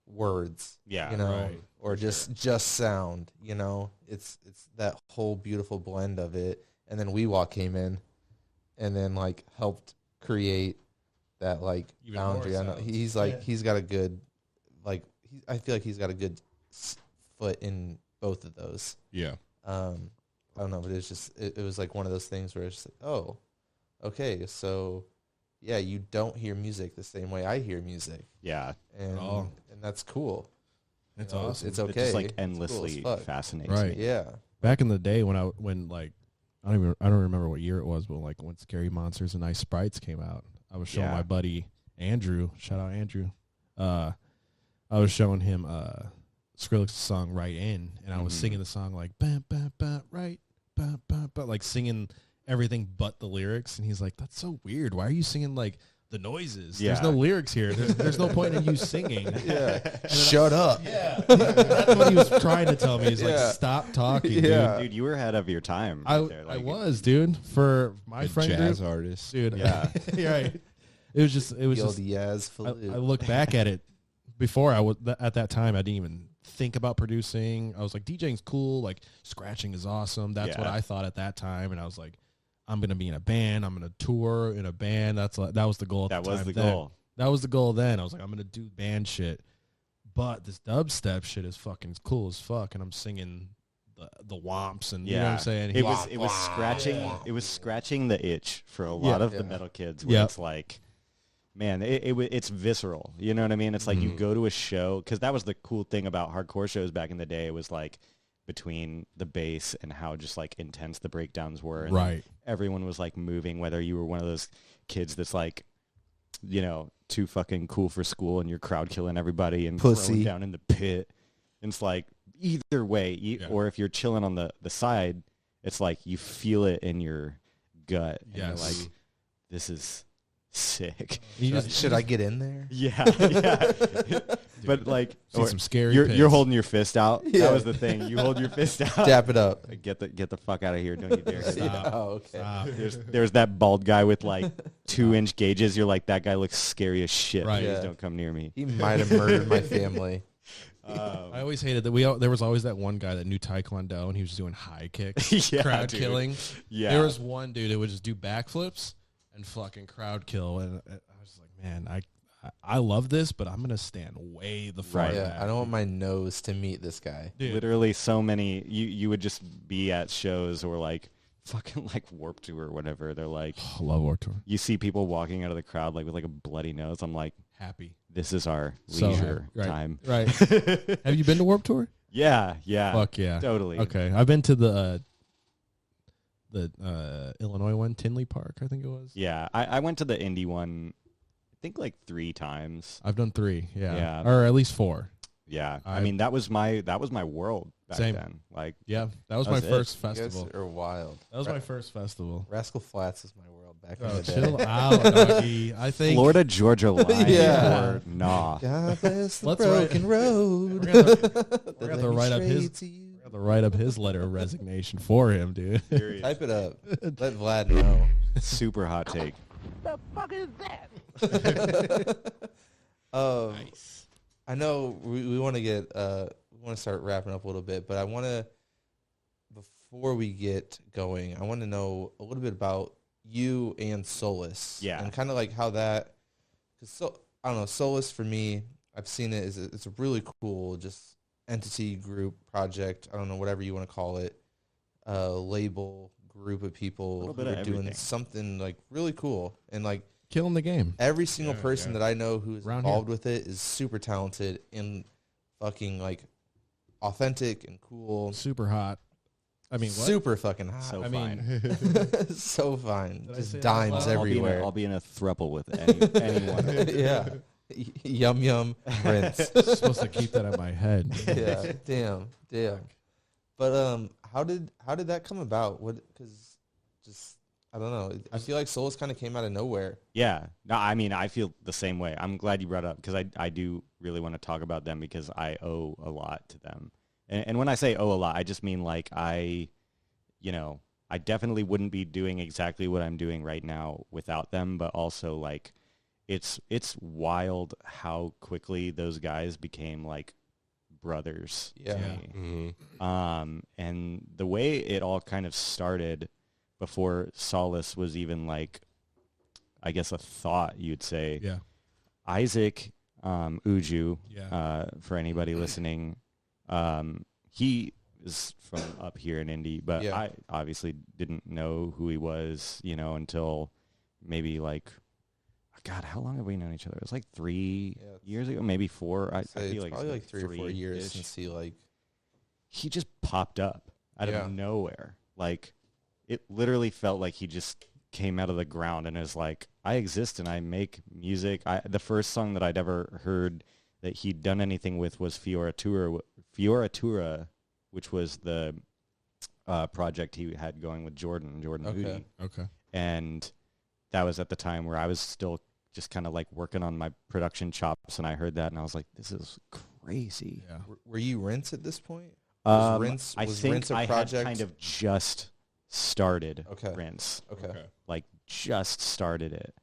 [SPEAKER 2] words
[SPEAKER 4] yeah,
[SPEAKER 2] you know,
[SPEAKER 3] right,
[SPEAKER 2] or just just sound. You know, it's it's that whole beautiful blend of it. And then Weewalk came in, and then like helped create that like
[SPEAKER 3] Even more
[SPEAKER 2] boundary. I know
[SPEAKER 3] sounds.
[SPEAKER 2] he's like
[SPEAKER 3] Yeah.
[SPEAKER 2] he's got a good like he, I feel like he's got a good s- foot in both of those.
[SPEAKER 5] Yeah.
[SPEAKER 2] Um, I don't know, but it's just it, it was like one of those things where it's just like, oh, okay, so yeah, you don't hear music the same way I hear music,
[SPEAKER 4] Yeah,
[SPEAKER 2] and
[SPEAKER 3] all.
[SPEAKER 2] and that's cool. You
[SPEAKER 3] That's
[SPEAKER 2] know, Oh, it's-
[SPEAKER 3] awesome.
[SPEAKER 2] It's okay.
[SPEAKER 4] it just like
[SPEAKER 2] It's cool as
[SPEAKER 4] endlessly
[SPEAKER 2] fuck.
[SPEAKER 4] fascinates
[SPEAKER 3] Right.
[SPEAKER 4] me.
[SPEAKER 2] Yeah.
[SPEAKER 3] Back in the day when I when like I don't even I don't remember what year it was, but like when Scary Monsters and Ice Sprites came out, I was showing
[SPEAKER 4] Yeah.
[SPEAKER 3] my buddy Andrew. Shout out Andrew. Uh, I was showing him uh Skrillex song Right In, and I was
[SPEAKER 2] Mm-hmm.
[SPEAKER 4] Mhm.
[SPEAKER 3] singing the song like bam bam bam right bam bam bam like singing everything but the lyrics, and he's like, "That's so weird. Why are you singing like?" The noises. There's
[SPEAKER 4] Yeah.
[SPEAKER 3] no lyrics here. There's, there's no point in you singing.
[SPEAKER 2] Yeah. Shut up.
[SPEAKER 3] Yeah, that's what he was trying to tell me. He's
[SPEAKER 2] Yeah.
[SPEAKER 3] like, stop talking.
[SPEAKER 2] Yeah.
[SPEAKER 3] dude."
[SPEAKER 4] Dude, you were ahead of your time.
[SPEAKER 3] I,
[SPEAKER 4] right there,
[SPEAKER 3] I
[SPEAKER 4] like,
[SPEAKER 3] was, dude, for my
[SPEAKER 5] The
[SPEAKER 3] friend
[SPEAKER 5] jazz
[SPEAKER 3] group,
[SPEAKER 5] artist.
[SPEAKER 3] dude.
[SPEAKER 4] Yeah.
[SPEAKER 3] You're right. It was just, it was
[SPEAKER 2] Yo,
[SPEAKER 3] just.
[SPEAKER 2] the Yaz
[SPEAKER 3] I, I
[SPEAKER 2] flute.
[SPEAKER 3] look back at it. Before I was th- at that time, I didn't even think about producing. I was like, DJing's cool. Like scratching is awesome. That's what
[SPEAKER 4] Yeah.
[SPEAKER 3] I thought at that time, and I was like, I'm gonna be in a band. I'm gonna tour in a band. That's like, that was the goal. At
[SPEAKER 4] That
[SPEAKER 3] the
[SPEAKER 4] was
[SPEAKER 3] time
[SPEAKER 4] the
[SPEAKER 3] then.
[SPEAKER 4] goal.
[SPEAKER 3] That was the goal then. I was like, I'm gonna do band shit, but this dubstep shit is fucking cool as fuck, and I'm singing the the womps and you know what I'm
[SPEAKER 4] Yeah.
[SPEAKER 3] saying.
[SPEAKER 4] It was it was scratching it was scratching the itch for a lot of
[SPEAKER 2] Yeah.
[SPEAKER 4] the metal kids where
[SPEAKER 3] Yep.
[SPEAKER 4] it's like man it, it wa- it's visceral you know what I mean it's like you go to a show because that was the cool thing about hardcore shows back in the day it was like between the bass and how just like intense the breakdowns were and
[SPEAKER 3] right.
[SPEAKER 4] everyone was like moving whether you were one of those kids that's like you know too fucking cool for school and you're crowd killing everybody and
[SPEAKER 2] Pussy.
[SPEAKER 4] throwing down in the pit and it's like either way you,
[SPEAKER 5] Yeah.
[SPEAKER 4] or if you're chilling on the the side it's like you feel it in your gut and you're
[SPEAKER 3] Yes.
[SPEAKER 4] like this is sick
[SPEAKER 3] You
[SPEAKER 2] Should I-
[SPEAKER 3] just
[SPEAKER 2] should I get in there?
[SPEAKER 4] yeah yeah but like
[SPEAKER 3] see
[SPEAKER 4] or
[SPEAKER 3] some scary.
[SPEAKER 4] you're,
[SPEAKER 3] pics.
[SPEAKER 4] you're holding your fist out
[SPEAKER 2] Yeah.
[SPEAKER 4] that was the thing you hold your fist out
[SPEAKER 2] Dap it up.
[SPEAKER 4] get the get the fuck out of here don't you dare hit
[SPEAKER 3] Stop.
[SPEAKER 2] Yeah, Oh, okay.
[SPEAKER 3] Stop.
[SPEAKER 4] there's there's that bald guy with like two inch gauges. You're like that guy looks scary as shit.
[SPEAKER 3] Right.
[SPEAKER 4] Please
[SPEAKER 2] Yeah.
[SPEAKER 4] don't come near me.
[SPEAKER 2] He might have murdered my family.
[SPEAKER 3] I
[SPEAKER 4] Um,
[SPEAKER 3] always hated that we all, there was always that one guy that knew taekwondo and he was doing high kicks,
[SPEAKER 4] yeah,
[SPEAKER 3] crowd
[SPEAKER 4] dude.
[SPEAKER 3] killing.
[SPEAKER 4] Yeah,
[SPEAKER 3] There was one dude that would just do backflips and fucking crowd kill, and I was like, man, I I I love this, but I'm gonna stand way the far
[SPEAKER 4] Right.
[SPEAKER 2] yeah,
[SPEAKER 3] back.
[SPEAKER 2] I don't want my nose to meet this guy.
[SPEAKER 3] dude.
[SPEAKER 4] literally so many. You you would just be at shows or like fucking like Warp Tour or whatever. They're like
[SPEAKER 3] Oh, love War Tour.
[SPEAKER 4] you see people walking out of the crowd like with like a bloody nose. I'm like
[SPEAKER 3] Happy.
[SPEAKER 4] this is our
[SPEAKER 3] So-
[SPEAKER 4] leisure
[SPEAKER 3] right.
[SPEAKER 4] time.
[SPEAKER 3] Right. Have you been to Warp Tour?
[SPEAKER 4] Yeah, yeah,
[SPEAKER 3] Fuck yeah.
[SPEAKER 4] totally.
[SPEAKER 3] Okay, I've been to the uh, the uh, Illinois one, Tinley Park, I think it was.
[SPEAKER 4] Yeah, I, I went to the indie one. I think like three times.
[SPEAKER 3] I've done three, yeah,
[SPEAKER 4] Yeah.
[SPEAKER 3] or at least four.
[SPEAKER 4] Yeah, I,
[SPEAKER 3] I-
[SPEAKER 4] mean that was my that was my world back
[SPEAKER 3] Same.
[SPEAKER 4] then. Like
[SPEAKER 3] Yeah, that was
[SPEAKER 4] That
[SPEAKER 3] my
[SPEAKER 4] was it.
[SPEAKER 3] first
[SPEAKER 2] You guys
[SPEAKER 3] festival.
[SPEAKER 2] are wild.
[SPEAKER 3] That was my first festival.
[SPEAKER 2] Rascal Flats is my world back in
[SPEAKER 3] Oh,
[SPEAKER 2] the day.
[SPEAKER 3] chill out, doggy. I think
[SPEAKER 4] Florida Georgia Line
[SPEAKER 2] Yeah.
[SPEAKER 4] or nah.
[SPEAKER 2] God bless the
[SPEAKER 3] Let's
[SPEAKER 2] broken
[SPEAKER 3] We're
[SPEAKER 2] road.
[SPEAKER 3] gonna, we're gonna
[SPEAKER 2] Let
[SPEAKER 3] have to
[SPEAKER 2] me
[SPEAKER 3] write up his
[SPEAKER 2] stray to you.
[SPEAKER 3] we're gonna have to write up his letter of resignation for him, dude.
[SPEAKER 2] Type it up. Let Vlad know.
[SPEAKER 4] Super hot take.
[SPEAKER 2] Um, I know we, we want to get uh, we want to start wrapping up a little bit, but I want to before we get going, I want to know a little bit about you and Solus,
[SPEAKER 4] Yeah.
[SPEAKER 2] and kind of like how that because so I don't know Solus for me, I've seen it is it's a really cool just entity group project. I don't know whatever you want to call it, uh, label group of people
[SPEAKER 4] Little
[SPEAKER 2] who
[SPEAKER 4] bit of
[SPEAKER 2] are doing
[SPEAKER 4] everything.
[SPEAKER 2] something like really cool and like
[SPEAKER 3] Killing the game.
[SPEAKER 2] every single
[SPEAKER 5] Yeah,
[SPEAKER 2] person
[SPEAKER 5] yeah.
[SPEAKER 2] that I know who is
[SPEAKER 3] Round here.
[SPEAKER 2] involved with it is super talented and fucking like authentic and cool.
[SPEAKER 3] Super hot. I mean, what?
[SPEAKER 2] super fucking hot.
[SPEAKER 4] So
[SPEAKER 3] I
[SPEAKER 4] fine.
[SPEAKER 3] mean,
[SPEAKER 2] so fine.
[SPEAKER 3] Did I say
[SPEAKER 2] Just
[SPEAKER 3] that
[SPEAKER 2] dimes
[SPEAKER 3] loud?
[SPEAKER 4] I'll, be in a,
[SPEAKER 2] everywhere.
[SPEAKER 4] I'll be in a thruple with any, anyone.
[SPEAKER 2] yeah. Y- yum yum rinse.
[SPEAKER 3] I'm supposed to keep that in my head.
[SPEAKER 2] yeah. Damn. Damn. But um, how did how did that come about? What? Because just I don't know. I feel like Souls kind of came out of nowhere.
[SPEAKER 4] Yeah. No, I mean, I feel the same way. I'm glad you brought it up because I, I do really want to talk about them because I owe a lot to them. And, and when I say owe a lot, I just mean like I, you know, I definitely wouldn't be doing exactly what I'm doing right now without them. But also like it's it's wild how quickly those guys became like brothers to
[SPEAKER 2] Yeah.
[SPEAKER 4] me. Um, and the way it all kind of started before Solace was even like, I guess a thought you'd say.
[SPEAKER 3] Yeah.
[SPEAKER 4] Isaac um, Uju,
[SPEAKER 3] Yeah.
[SPEAKER 4] uh, for anybody listening, um, he is from up here in Indy, but
[SPEAKER 2] Yeah.
[SPEAKER 4] I obviously didn't know who he was, you know, until maybe like, God, how long have we known each other? It was like three
[SPEAKER 2] Yeah, it's-
[SPEAKER 4] years ago, maybe four. I, I
[SPEAKER 2] I'd say
[SPEAKER 4] feel
[SPEAKER 2] it's
[SPEAKER 4] like
[SPEAKER 2] probably
[SPEAKER 4] been
[SPEAKER 2] like three, or four years
[SPEAKER 4] three-ish.
[SPEAKER 2] since he like
[SPEAKER 4] He just popped up out
[SPEAKER 2] Yeah.
[SPEAKER 4] of nowhere. Like it literally felt like he just came out of the ground and is like, I exist and I make music. I the first song that I'd ever heard that he'd done anything with was Fioratura, Fioratura, which was the uh, project he had going with Jordan, Jordan
[SPEAKER 2] Okay.
[SPEAKER 4] Hootie
[SPEAKER 3] Okay.
[SPEAKER 4] and that was at the time where I was still just kind of like working on my production chops, and I heard that, and I was like, "This is crazy."
[SPEAKER 3] Yeah.
[SPEAKER 2] w- were you Rince at this point? Was
[SPEAKER 4] Um,
[SPEAKER 2] Rinse-
[SPEAKER 4] I
[SPEAKER 2] was
[SPEAKER 4] think
[SPEAKER 2] Rinse a
[SPEAKER 4] I
[SPEAKER 2] project?
[SPEAKER 4] had kind of just started
[SPEAKER 2] Okay.
[SPEAKER 4] Rinse,
[SPEAKER 2] Okay.
[SPEAKER 4] like just started it,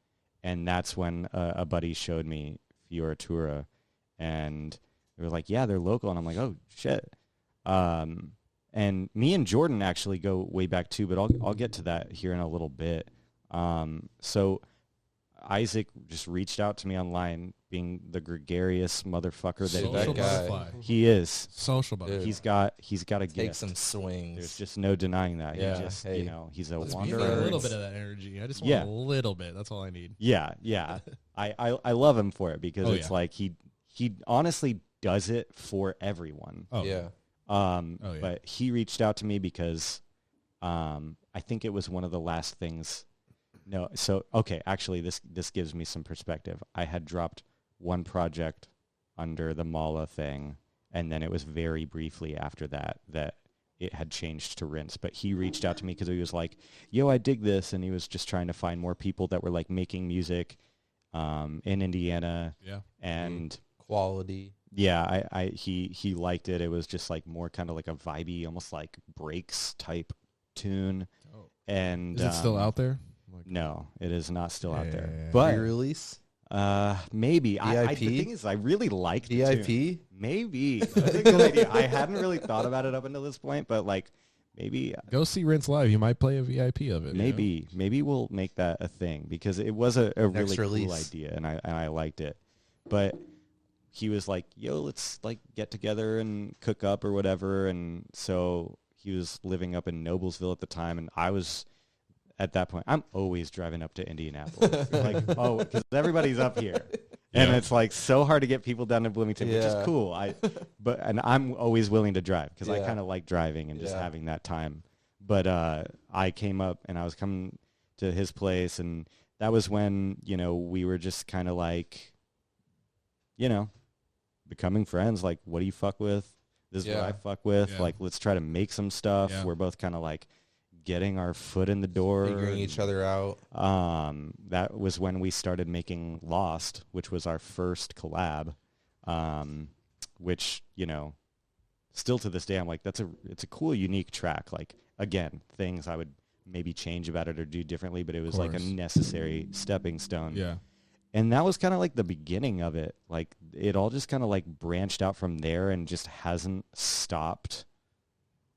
[SPEAKER 4] and that's when uh, a buddy showed me Fioratura, and they were like, "Yeah, they're local," and I'm like, "Oh shit." Um, and me and Jordan actually go way back too, but I'll I'll get to that here in a little bit. Um, so Isaac just reached out to me online, being the gregarious motherfucker that,
[SPEAKER 3] Social
[SPEAKER 4] he,
[SPEAKER 2] that guy-
[SPEAKER 3] butterfly.
[SPEAKER 4] he is.
[SPEAKER 3] Social butterfly.
[SPEAKER 2] Dude.
[SPEAKER 4] He's got he's got a
[SPEAKER 2] Take
[SPEAKER 4] gift.
[SPEAKER 2] some swings.
[SPEAKER 4] There's just no denying that.
[SPEAKER 2] Yeah,
[SPEAKER 4] he just
[SPEAKER 2] hey.
[SPEAKER 4] you know he's a
[SPEAKER 2] Just be
[SPEAKER 3] You
[SPEAKER 4] wanderer.
[SPEAKER 3] need a
[SPEAKER 2] Nerds.
[SPEAKER 3] little bit of that energy. I just want
[SPEAKER 4] Yeah.
[SPEAKER 3] a little bit. That's all I need.
[SPEAKER 4] Yeah, yeah. I, I I love him for it because
[SPEAKER 3] Oh,
[SPEAKER 4] it's
[SPEAKER 3] yeah.
[SPEAKER 4] like he he honestly does it for everyone.
[SPEAKER 3] Oh
[SPEAKER 2] yeah.
[SPEAKER 4] Um,
[SPEAKER 3] Oh, yeah.
[SPEAKER 4] But he reached out to me because um, I think it was one of the last things. No, so okay, actually, this this gives me some perspective. I had dropped one project under the Mala thing, and then it was very briefly after that that it had changed to Rinse. But he reached out to me because he was like, "Yo, I dig this," and he was just trying to find more people that were like making music um, in Indiana,
[SPEAKER 3] Yeah. Mm.
[SPEAKER 4] and
[SPEAKER 2] Quality.
[SPEAKER 4] yeah I, I he he liked it it was just like more kind of like a vibey almost like breaks type tune
[SPEAKER 3] Dope.
[SPEAKER 4] and
[SPEAKER 3] Oh. Is it still
[SPEAKER 4] um,
[SPEAKER 3] out there? Like,
[SPEAKER 4] no it is not still out there
[SPEAKER 3] Yeah.
[SPEAKER 4] but
[SPEAKER 2] Re-release.
[SPEAKER 4] uh maybe I, I
[SPEAKER 2] VIP?
[SPEAKER 4] the thing is i really liked the tune.
[SPEAKER 2] VIP.
[SPEAKER 4] maybe That's a good idea. i hadn't really thought about it up until this point but like maybe
[SPEAKER 3] Go see Rinse live. You might play a VIP of it. you know?
[SPEAKER 4] maybe maybe we'll make that a thing because it was a, a
[SPEAKER 2] Next
[SPEAKER 4] really cool
[SPEAKER 2] release.
[SPEAKER 4] idea and I and I liked it. But he was like, "Yo, let's like get together and cook up or whatever." And so he was living up in Noblesville at the time, and I was at that point. I'm always driving up to Indianapolis, like oh, because everybody's up here. And it's like so hard to get people down to Bloomington, which
[SPEAKER 2] Yeah.
[SPEAKER 4] is cool. I, but and I'm always willing to drive because I
[SPEAKER 2] Yeah.
[SPEAKER 4] kind of like driving and just
[SPEAKER 2] Yeah.
[SPEAKER 4] having that time. But uh, I came up and I was coming to his place, and that was when you know we were just kind of like, you know, becoming friends. Like, what do you fuck with? This is what
[SPEAKER 2] Yeah.
[SPEAKER 4] I fuck with.
[SPEAKER 3] Yeah.
[SPEAKER 4] Like, let's try to make some stuff.
[SPEAKER 3] Yeah.
[SPEAKER 4] We're both kind of like getting our foot in the door.
[SPEAKER 2] Figuring each other out.
[SPEAKER 4] Um, that was when we started making Lost, which was our first collab. Um, which you know, still to this day, I'm like, that's a it's a cool, unique track. Like again, things I would maybe change about it or do differently, but it was like a
[SPEAKER 3] course.
[SPEAKER 4] necessary stepping stone
[SPEAKER 3] Yeah.
[SPEAKER 4] and that was kind of like the beginning of it like it all just kind of like branched out from there and just hasn't stopped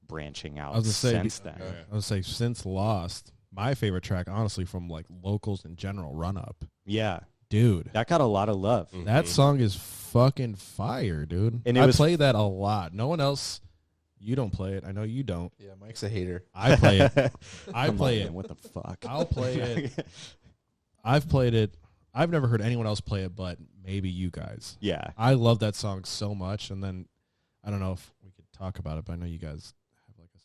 [SPEAKER 4] branching out
[SPEAKER 3] I was gonna say,
[SPEAKER 4] since then
[SPEAKER 5] Okay.
[SPEAKER 3] I would say since Lost, my favorite track, honestly, from like locals in general, Run Up,
[SPEAKER 4] yeah
[SPEAKER 3] dude.
[SPEAKER 4] that got a lot of love
[SPEAKER 5] Mm-hmm.
[SPEAKER 3] That song is fucking fire, dude.
[SPEAKER 4] And
[SPEAKER 3] And
[SPEAKER 4] it
[SPEAKER 3] I
[SPEAKER 4] was-
[SPEAKER 3] play that a lot. No one else. You don't play it. I know you don't.
[SPEAKER 2] Yeah, Mike's a hater.
[SPEAKER 3] I play it. I
[SPEAKER 4] Come
[SPEAKER 3] play
[SPEAKER 4] on,
[SPEAKER 3] it.
[SPEAKER 4] man, what the fuck
[SPEAKER 3] I'll play it. I've played it. I've never heard anyone else play it, but maybe you guys.
[SPEAKER 4] yeah
[SPEAKER 3] I love that song so much. And then I don't know if we could talk about it, but I know you guys have like a.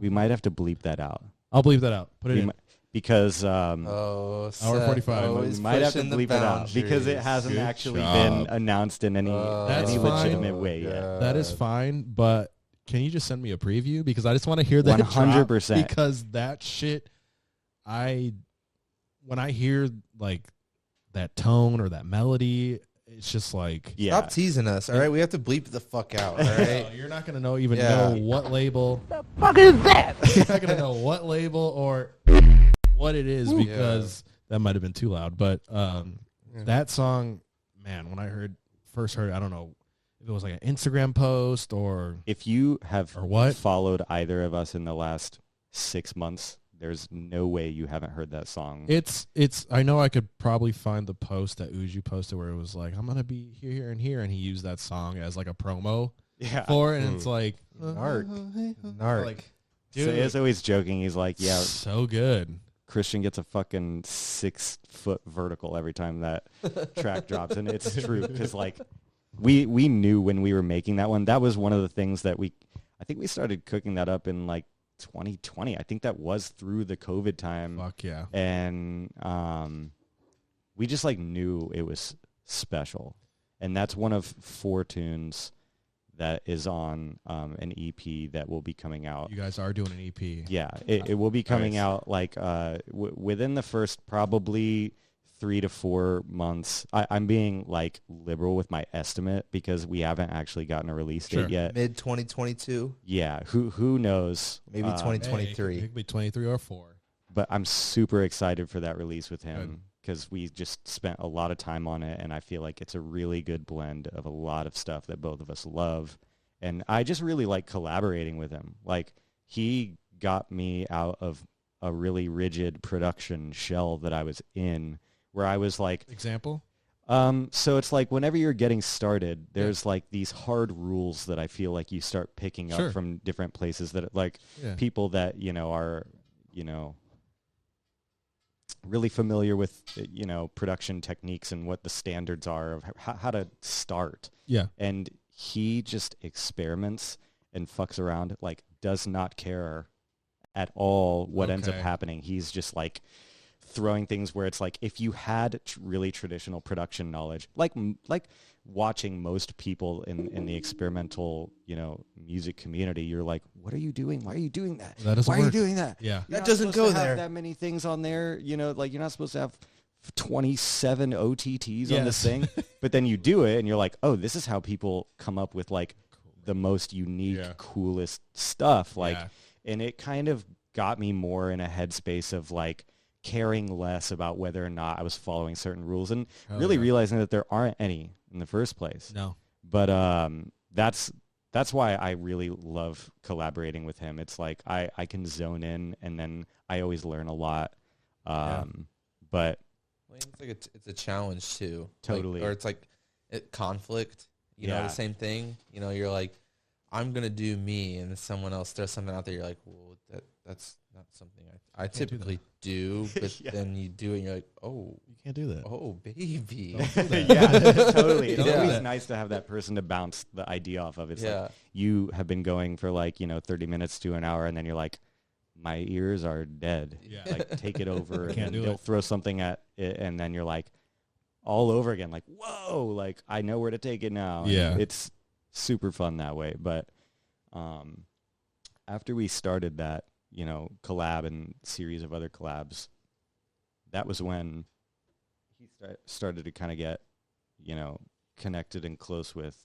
[SPEAKER 4] we might have to bleep that out
[SPEAKER 3] I'll bleep that out. Put it
[SPEAKER 4] We
[SPEAKER 3] in.
[SPEAKER 4] might- because um
[SPEAKER 2] Oh,
[SPEAKER 3] Hour
[SPEAKER 2] Seth,
[SPEAKER 3] 45.
[SPEAKER 2] Always
[SPEAKER 4] we might have to
[SPEAKER 2] pushing the
[SPEAKER 4] bleep it out because it
[SPEAKER 2] boundaries.
[SPEAKER 4] hasn't
[SPEAKER 5] Good
[SPEAKER 4] actually
[SPEAKER 5] job.
[SPEAKER 4] been announced in any
[SPEAKER 2] Oh,
[SPEAKER 3] That's
[SPEAKER 4] any
[SPEAKER 3] fine.
[SPEAKER 4] legitimate way yet.
[SPEAKER 2] God.
[SPEAKER 3] That is fine, but can you just send me a preview because I just want to hear that drop
[SPEAKER 4] 100%.
[SPEAKER 3] because that shit I when I hear like that tone or that melody it's just like
[SPEAKER 4] Yeah,
[SPEAKER 2] Stop teasing us. All right, we have to bleep the fuck out. All right.
[SPEAKER 3] No, you're not going to know even
[SPEAKER 2] Yeah.
[SPEAKER 3] know what label
[SPEAKER 6] fuck is that?
[SPEAKER 3] you're not going to know what label or what it is because that might have been too loud but um that song man when I heard first heard it, I don't know if it was like an Instagram post or
[SPEAKER 4] if you have
[SPEAKER 3] Or what?
[SPEAKER 4] followed either of us in the last six months, there's no way you haven't heard that song.
[SPEAKER 3] It's it's. I know I could probably find the post that Uju posted where it was like, "I'm gonna be here, here, and here," and he used that song as like a promo.
[SPEAKER 4] Yeah.
[SPEAKER 3] for, and it's like "Uh,
[SPEAKER 2] Narc. Narc.
[SPEAKER 3] Like,
[SPEAKER 4] So
[SPEAKER 3] dude,
[SPEAKER 4] it's always joking. He's like, yeah,
[SPEAKER 3] so good.
[SPEAKER 4] Christian gets a fucking six foot vertical every time that track drops, and it's true because like we we knew when we were making that one. That was one of the things that we, I think we started cooking that up in like 2020. I think that was through the COVID time,
[SPEAKER 3] Fuck yeah.
[SPEAKER 4] and um, we just like knew it was special, and that's one of four tunes that is on um, an EP that will be coming out
[SPEAKER 3] You guys are doing an E EP.
[SPEAKER 4] yeah, it, it will be coming
[SPEAKER 5] Nice.
[SPEAKER 4] out like uh, w- within the first probably three to four months. I- I'm being like liberal with my estimate because we haven't actually gotten a release
[SPEAKER 3] Sure.
[SPEAKER 4] date yet.
[SPEAKER 2] Mid 2022.
[SPEAKER 4] yeah, who who knows?
[SPEAKER 2] Maybe
[SPEAKER 4] Uh,
[SPEAKER 2] 20
[SPEAKER 3] Hey, it could-
[SPEAKER 2] 23.
[SPEAKER 3] It could be 23 or 4.
[SPEAKER 4] But I'm super excited for that release with him because we just spent a lot of time on it, and I feel like it's a really good blend of a lot of stuff that both of us love. And I just really like collaborating with him. Like he got me out of a really rigid production shell that I was in where I was like,
[SPEAKER 3] Example?
[SPEAKER 4] um, so it's like whenever you're getting started, there's like these hard rules that I feel like you start picking
[SPEAKER 3] Sure.
[SPEAKER 4] up from different places that like
[SPEAKER 3] Yeah.
[SPEAKER 4] people that, you know, are, you know, really familiar with, you know, production techniques and what the standards are of how, how to start
[SPEAKER 3] Yeah.
[SPEAKER 4] and he just experiments and fucks around like does not care at all what ends up
[SPEAKER 3] Okay.
[SPEAKER 4] happening he's just like throwing things where it's like if you had tr- really traditional production knowledge like m- like watching most people in in the experimental you know music community you're like what are you doing why are you doing that
[SPEAKER 3] That doesn't
[SPEAKER 4] why are you
[SPEAKER 3] work."
[SPEAKER 4] doing that
[SPEAKER 3] Yeah.
[SPEAKER 4] You're
[SPEAKER 2] That
[SPEAKER 4] not
[SPEAKER 2] doesn't go
[SPEAKER 4] supposed to have
[SPEAKER 2] there.
[SPEAKER 4] that many things on there you know like you're not supposed to have 27 OTTs on this
[SPEAKER 3] Yes.
[SPEAKER 4] thing but then you do it and you're like, oh, this is how people come up with like the most unique,
[SPEAKER 5] Yeah.
[SPEAKER 4] coolest stuff. Like,
[SPEAKER 3] Yeah.
[SPEAKER 4] and it kind of got me more in a headspace of like caring less about whether or not I was following certain rules and
[SPEAKER 3] Hell
[SPEAKER 4] really
[SPEAKER 3] Oh, yeah.
[SPEAKER 4] realizing that there aren't any in the first place.
[SPEAKER 3] No.
[SPEAKER 4] But um, that's that's why I really love collaborating with him. It's like I, I can zone in and then I always learn a lot. Um, But
[SPEAKER 2] Well, It's like a, t- it's a challenge too. Like-
[SPEAKER 4] Totally.
[SPEAKER 2] or it's like it, conflict. You know,
[SPEAKER 4] Yeah.
[SPEAKER 2] the same thing. You know, you're like, I'm gonna do me, and someone else throws something out there. You're like, well, that that's not something I, I
[SPEAKER 3] do that.
[SPEAKER 2] typically do, but
[SPEAKER 4] Yeah.
[SPEAKER 2] then you do it, and you're like, oh,
[SPEAKER 3] You can't do that.
[SPEAKER 2] oh, baby.
[SPEAKER 4] yeah, totally. It's
[SPEAKER 2] Yeah.
[SPEAKER 4] always nice to have that person to bounce the idea off of. It's
[SPEAKER 2] Yeah.
[SPEAKER 4] like you have been going for like, you know, 30 minutes to an hour and then you're like, my ears are dead.
[SPEAKER 3] Yeah.
[SPEAKER 4] Like take it over and
[SPEAKER 3] Can't
[SPEAKER 4] then
[SPEAKER 3] do
[SPEAKER 4] they'll
[SPEAKER 3] it.
[SPEAKER 4] throw something at it and then you're like all over again. Like, whoa, like I know where to take it now. And
[SPEAKER 3] Yeah.
[SPEAKER 4] It's super fun that way. But um, after we started that, you know, collab and series of other collabs, that was when he start, started to kind of get, you know, connected and close with with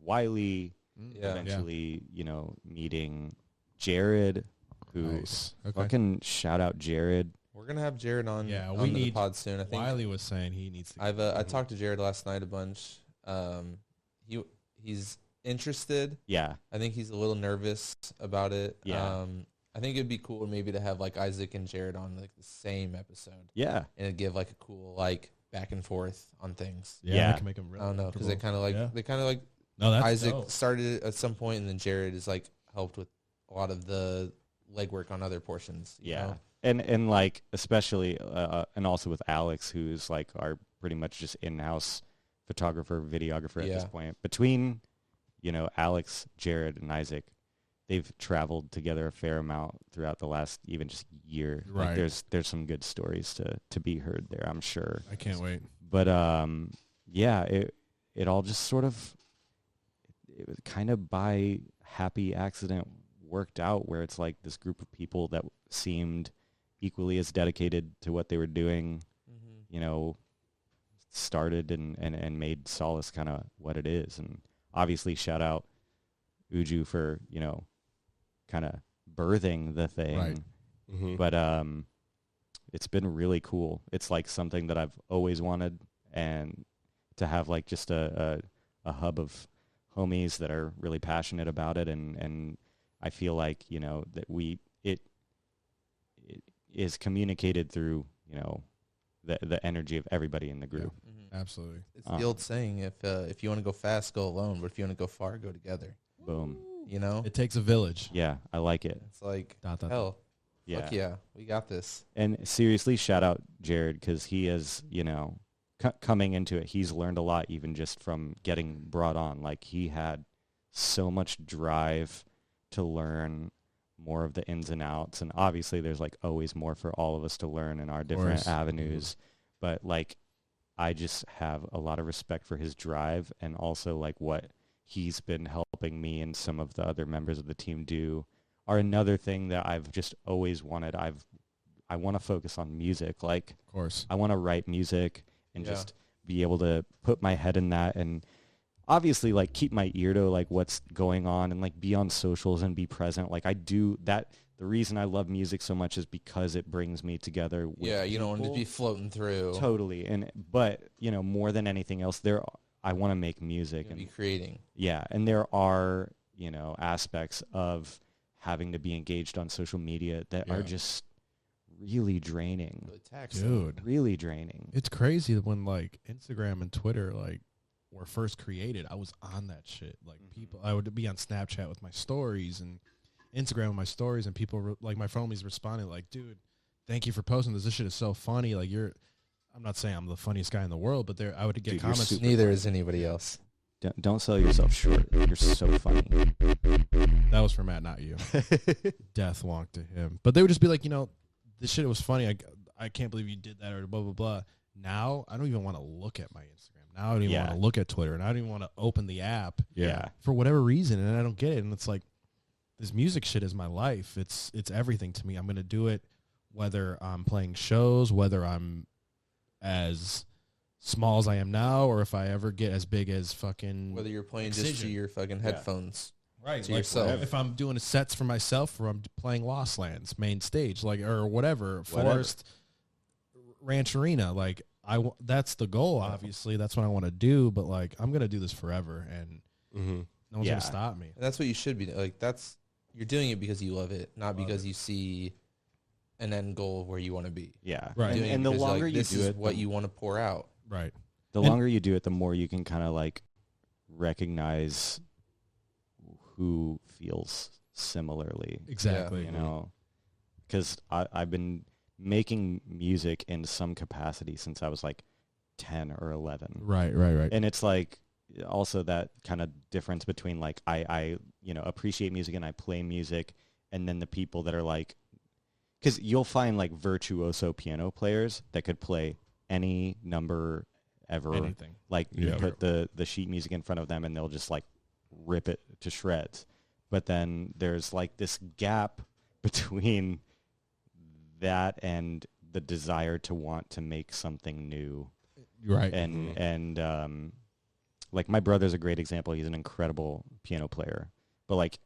[SPEAKER 4] Wiley.
[SPEAKER 2] Yeah.
[SPEAKER 4] Eventually, you know, meeting Jared, who
[SPEAKER 3] Nice. Okay.
[SPEAKER 4] fucking shout out Jared.
[SPEAKER 2] We're gonna have Jared on.
[SPEAKER 3] Yeah,
[SPEAKER 2] on
[SPEAKER 3] we
[SPEAKER 2] the
[SPEAKER 3] need
[SPEAKER 2] pod soon. I think
[SPEAKER 3] Wiley was saying he needs to.
[SPEAKER 2] I've uh,
[SPEAKER 4] Mm-hmm.
[SPEAKER 2] I talked to Jared last night a bunch. Um, he he's interested.
[SPEAKER 4] Yeah,
[SPEAKER 2] I think he's a little nervous about it.
[SPEAKER 4] Yeah.
[SPEAKER 2] Um, I think it'd be cool maybe to have like Isaac and Jared on like the same episode
[SPEAKER 4] yeah,
[SPEAKER 2] and it'd give like a cool like back and forth on things.
[SPEAKER 3] Yeah,
[SPEAKER 4] Yeah.
[SPEAKER 3] I can make him really.
[SPEAKER 2] I don't know because they
[SPEAKER 3] comfortable.
[SPEAKER 2] kind of like
[SPEAKER 3] Yeah.
[SPEAKER 2] they kind of like
[SPEAKER 3] No, that's
[SPEAKER 2] Isaac
[SPEAKER 3] dope.
[SPEAKER 2] started it at some point and then Jared is like helped with a lot of the legwork on other portions. you
[SPEAKER 4] yeah.
[SPEAKER 2] know?
[SPEAKER 4] And and like especially uh, uh, and also with Alex, who's like our pretty much just in-house photographer, videographer at this
[SPEAKER 2] Yeah.
[SPEAKER 4] point. Between you know Alex, Jared, and Isaac, they've traveled together a fair amount throughout the last even just year. Like,
[SPEAKER 3] Right.
[SPEAKER 4] there's there's some good stories to to be heard there, I'm sure.
[SPEAKER 3] I can't wait.
[SPEAKER 4] but um yeah it it all just sort of it was kind of by happy accident worked out where it's like this group of people that seemed equally as dedicated to what they were doing
[SPEAKER 2] Mm-hmm.
[SPEAKER 4] you know started and and, and made solace kind of what it is and obviously shout out uju for you know kind of birthing the thing
[SPEAKER 3] Right.
[SPEAKER 5] Mhm.
[SPEAKER 4] but um it's been really cool it's like something that i've always wanted and to have like just a a, a hub of homies that are really passionate about it and and i feel like you know that we it it is communicated through you know the the energy of everybody in the group
[SPEAKER 2] Mhm.
[SPEAKER 3] Absolutely.
[SPEAKER 2] It's the
[SPEAKER 4] Uh.
[SPEAKER 2] old saying: if uh, if you want to go fast, go alone, but if you want to go far, go together.
[SPEAKER 4] Boom.
[SPEAKER 2] You know,
[SPEAKER 3] Oh. It takes a village.
[SPEAKER 4] Yeah, I like it.
[SPEAKER 2] it's like
[SPEAKER 3] Dot, dot, dot.
[SPEAKER 2] hell.
[SPEAKER 4] Yeah.
[SPEAKER 2] Fuck yeah, we got this.
[SPEAKER 4] And seriously, shout out Jared because he is, you know, c- coming into it, he's learned a lot even just from getting brought on. Like he had so much drive to learn more of the ins and outs. And obviously there's like always more for all of us to learn in our different
[SPEAKER 3] course.
[SPEAKER 4] avenues. But like I just have a lot of respect for his drive and also like what he's been helping me and some of the other members of the team do are another thing that I've just always wanted. I've I want to focus on music. Like
[SPEAKER 3] Of course.
[SPEAKER 4] I want to write music and
[SPEAKER 2] Yeah.
[SPEAKER 4] just be able to put my head in that and obviously like keep my ear to like what's going on and like be on socials and be present. Like I do that. The reason I love music so much is because it brings me together. With
[SPEAKER 2] yeah, you don't want to
[SPEAKER 4] people.
[SPEAKER 2] be floating through.
[SPEAKER 4] totally. And but you know more than anything else, there I want to make music
[SPEAKER 2] You'll
[SPEAKER 4] and
[SPEAKER 2] Be creating.
[SPEAKER 4] yeah, and there are, you know, aspects of having to be engaged on social media that are
[SPEAKER 3] Yeah.
[SPEAKER 4] just really draining.
[SPEAKER 2] Really taxing.
[SPEAKER 3] Dude.
[SPEAKER 4] Really draining.
[SPEAKER 3] It's crazy that when like Instagram and Twitter like were first created, I was on that shit. Like
[SPEAKER 4] Mhm.
[SPEAKER 3] people, I would be on Snapchat with my stories and Instagram with my stories, and people re- like my homies responding like, "Dude, thank you for posting this. This shit is so funny. Like you're." I'm not saying I'm the funniest guy in the world, but there I would get
[SPEAKER 4] Dude, you're
[SPEAKER 3] comments.
[SPEAKER 4] super
[SPEAKER 2] Neither is anybody else.
[SPEAKER 4] Don't, don't sell yourself short. You're so funny. Mm.
[SPEAKER 3] That was for Matt, not you. Death walk to him. But they would just be like, you know, this shit was funny. I, I can't believe you did that or blah, blah, blah. Now I don't even want to look at my Instagram. Now I don't even
[SPEAKER 4] Yeah.
[SPEAKER 3] want to look at Twitter. And I don't even want to open the app
[SPEAKER 4] Yeah.
[SPEAKER 3] for whatever reason. And I don't get it. And it's like, this music shit is my life. It's it's everything to me. I'm gonna do it whether I'm playing shows, whether I'm as small as I am now, or if I ever get as big as fucking
[SPEAKER 2] Whether you're playing just to
[SPEAKER 3] Excision.
[SPEAKER 2] your fucking headphones.
[SPEAKER 3] right
[SPEAKER 2] to yourself.
[SPEAKER 3] if i'm doing sets for myself or i'm playing lost lands main stage like or whatever forest ranch arena like i w- that's the goal obviously that's what i want to do but like i'm gonna do this forever and
[SPEAKER 5] Mm-hmm.
[SPEAKER 3] no one's
[SPEAKER 4] Yeah.
[SPEAKER 3] gonna stop me
[SPEAKER 2] And that's what you should be doing. like. That's you're doing it because you love it, not because you see an end goal of where you want to be.
[SPEAKER 4] Yeah.
[SPEAKER 3] Right.
[SPEAKER 2] You're
[SPEAKER 4] And,
[SPEAKER 2] doing it
[SPEAKER 4] and the
[SPEAKER 2] because you're like,
[SPEAKER 4] longer you
[SPEAKER 2] this
[SPEAKER 4] do
[SPEAKER 2] is
[SPEAKER 4] it,
[SPEAKER 2] what
[SPEAKER 4] the,
[SPEAKER 2] you want to pour out.
[SPEAKER 3] right
[SPEAKER 4] the
[SPEAKER 3] and-
[SPEAKER 4] longer you do it, the more you can kind of like recognize who feels similarly.
[SPEAKER 3] exactly
[SPEAKER 4] you know because i've been making music in some capacity since i was like 10 or 11
[SPEAKER 3] right right right
[SPEAKER 4] and it's like also that kind of difference between like i i you know appreciate music and i play music and then the people that are like because you'll find like virtuoso piano players that could play any number ever
[SPEAKER 3] anything
[SPEAKER 4] like you
[SPEAKER 5] Yeah.
[SPEAKER 4] put the the sheet music in front of them and they'll just like rip it to shreds but then there's like this gap between that and the desire to want to make something new
[SPEAKER 3] right
[SPEAKER 4] and
[SPEAKER 5] Mhm.
[SPEAKER 4] and um like my brother's a great example he's an incredible piano player but like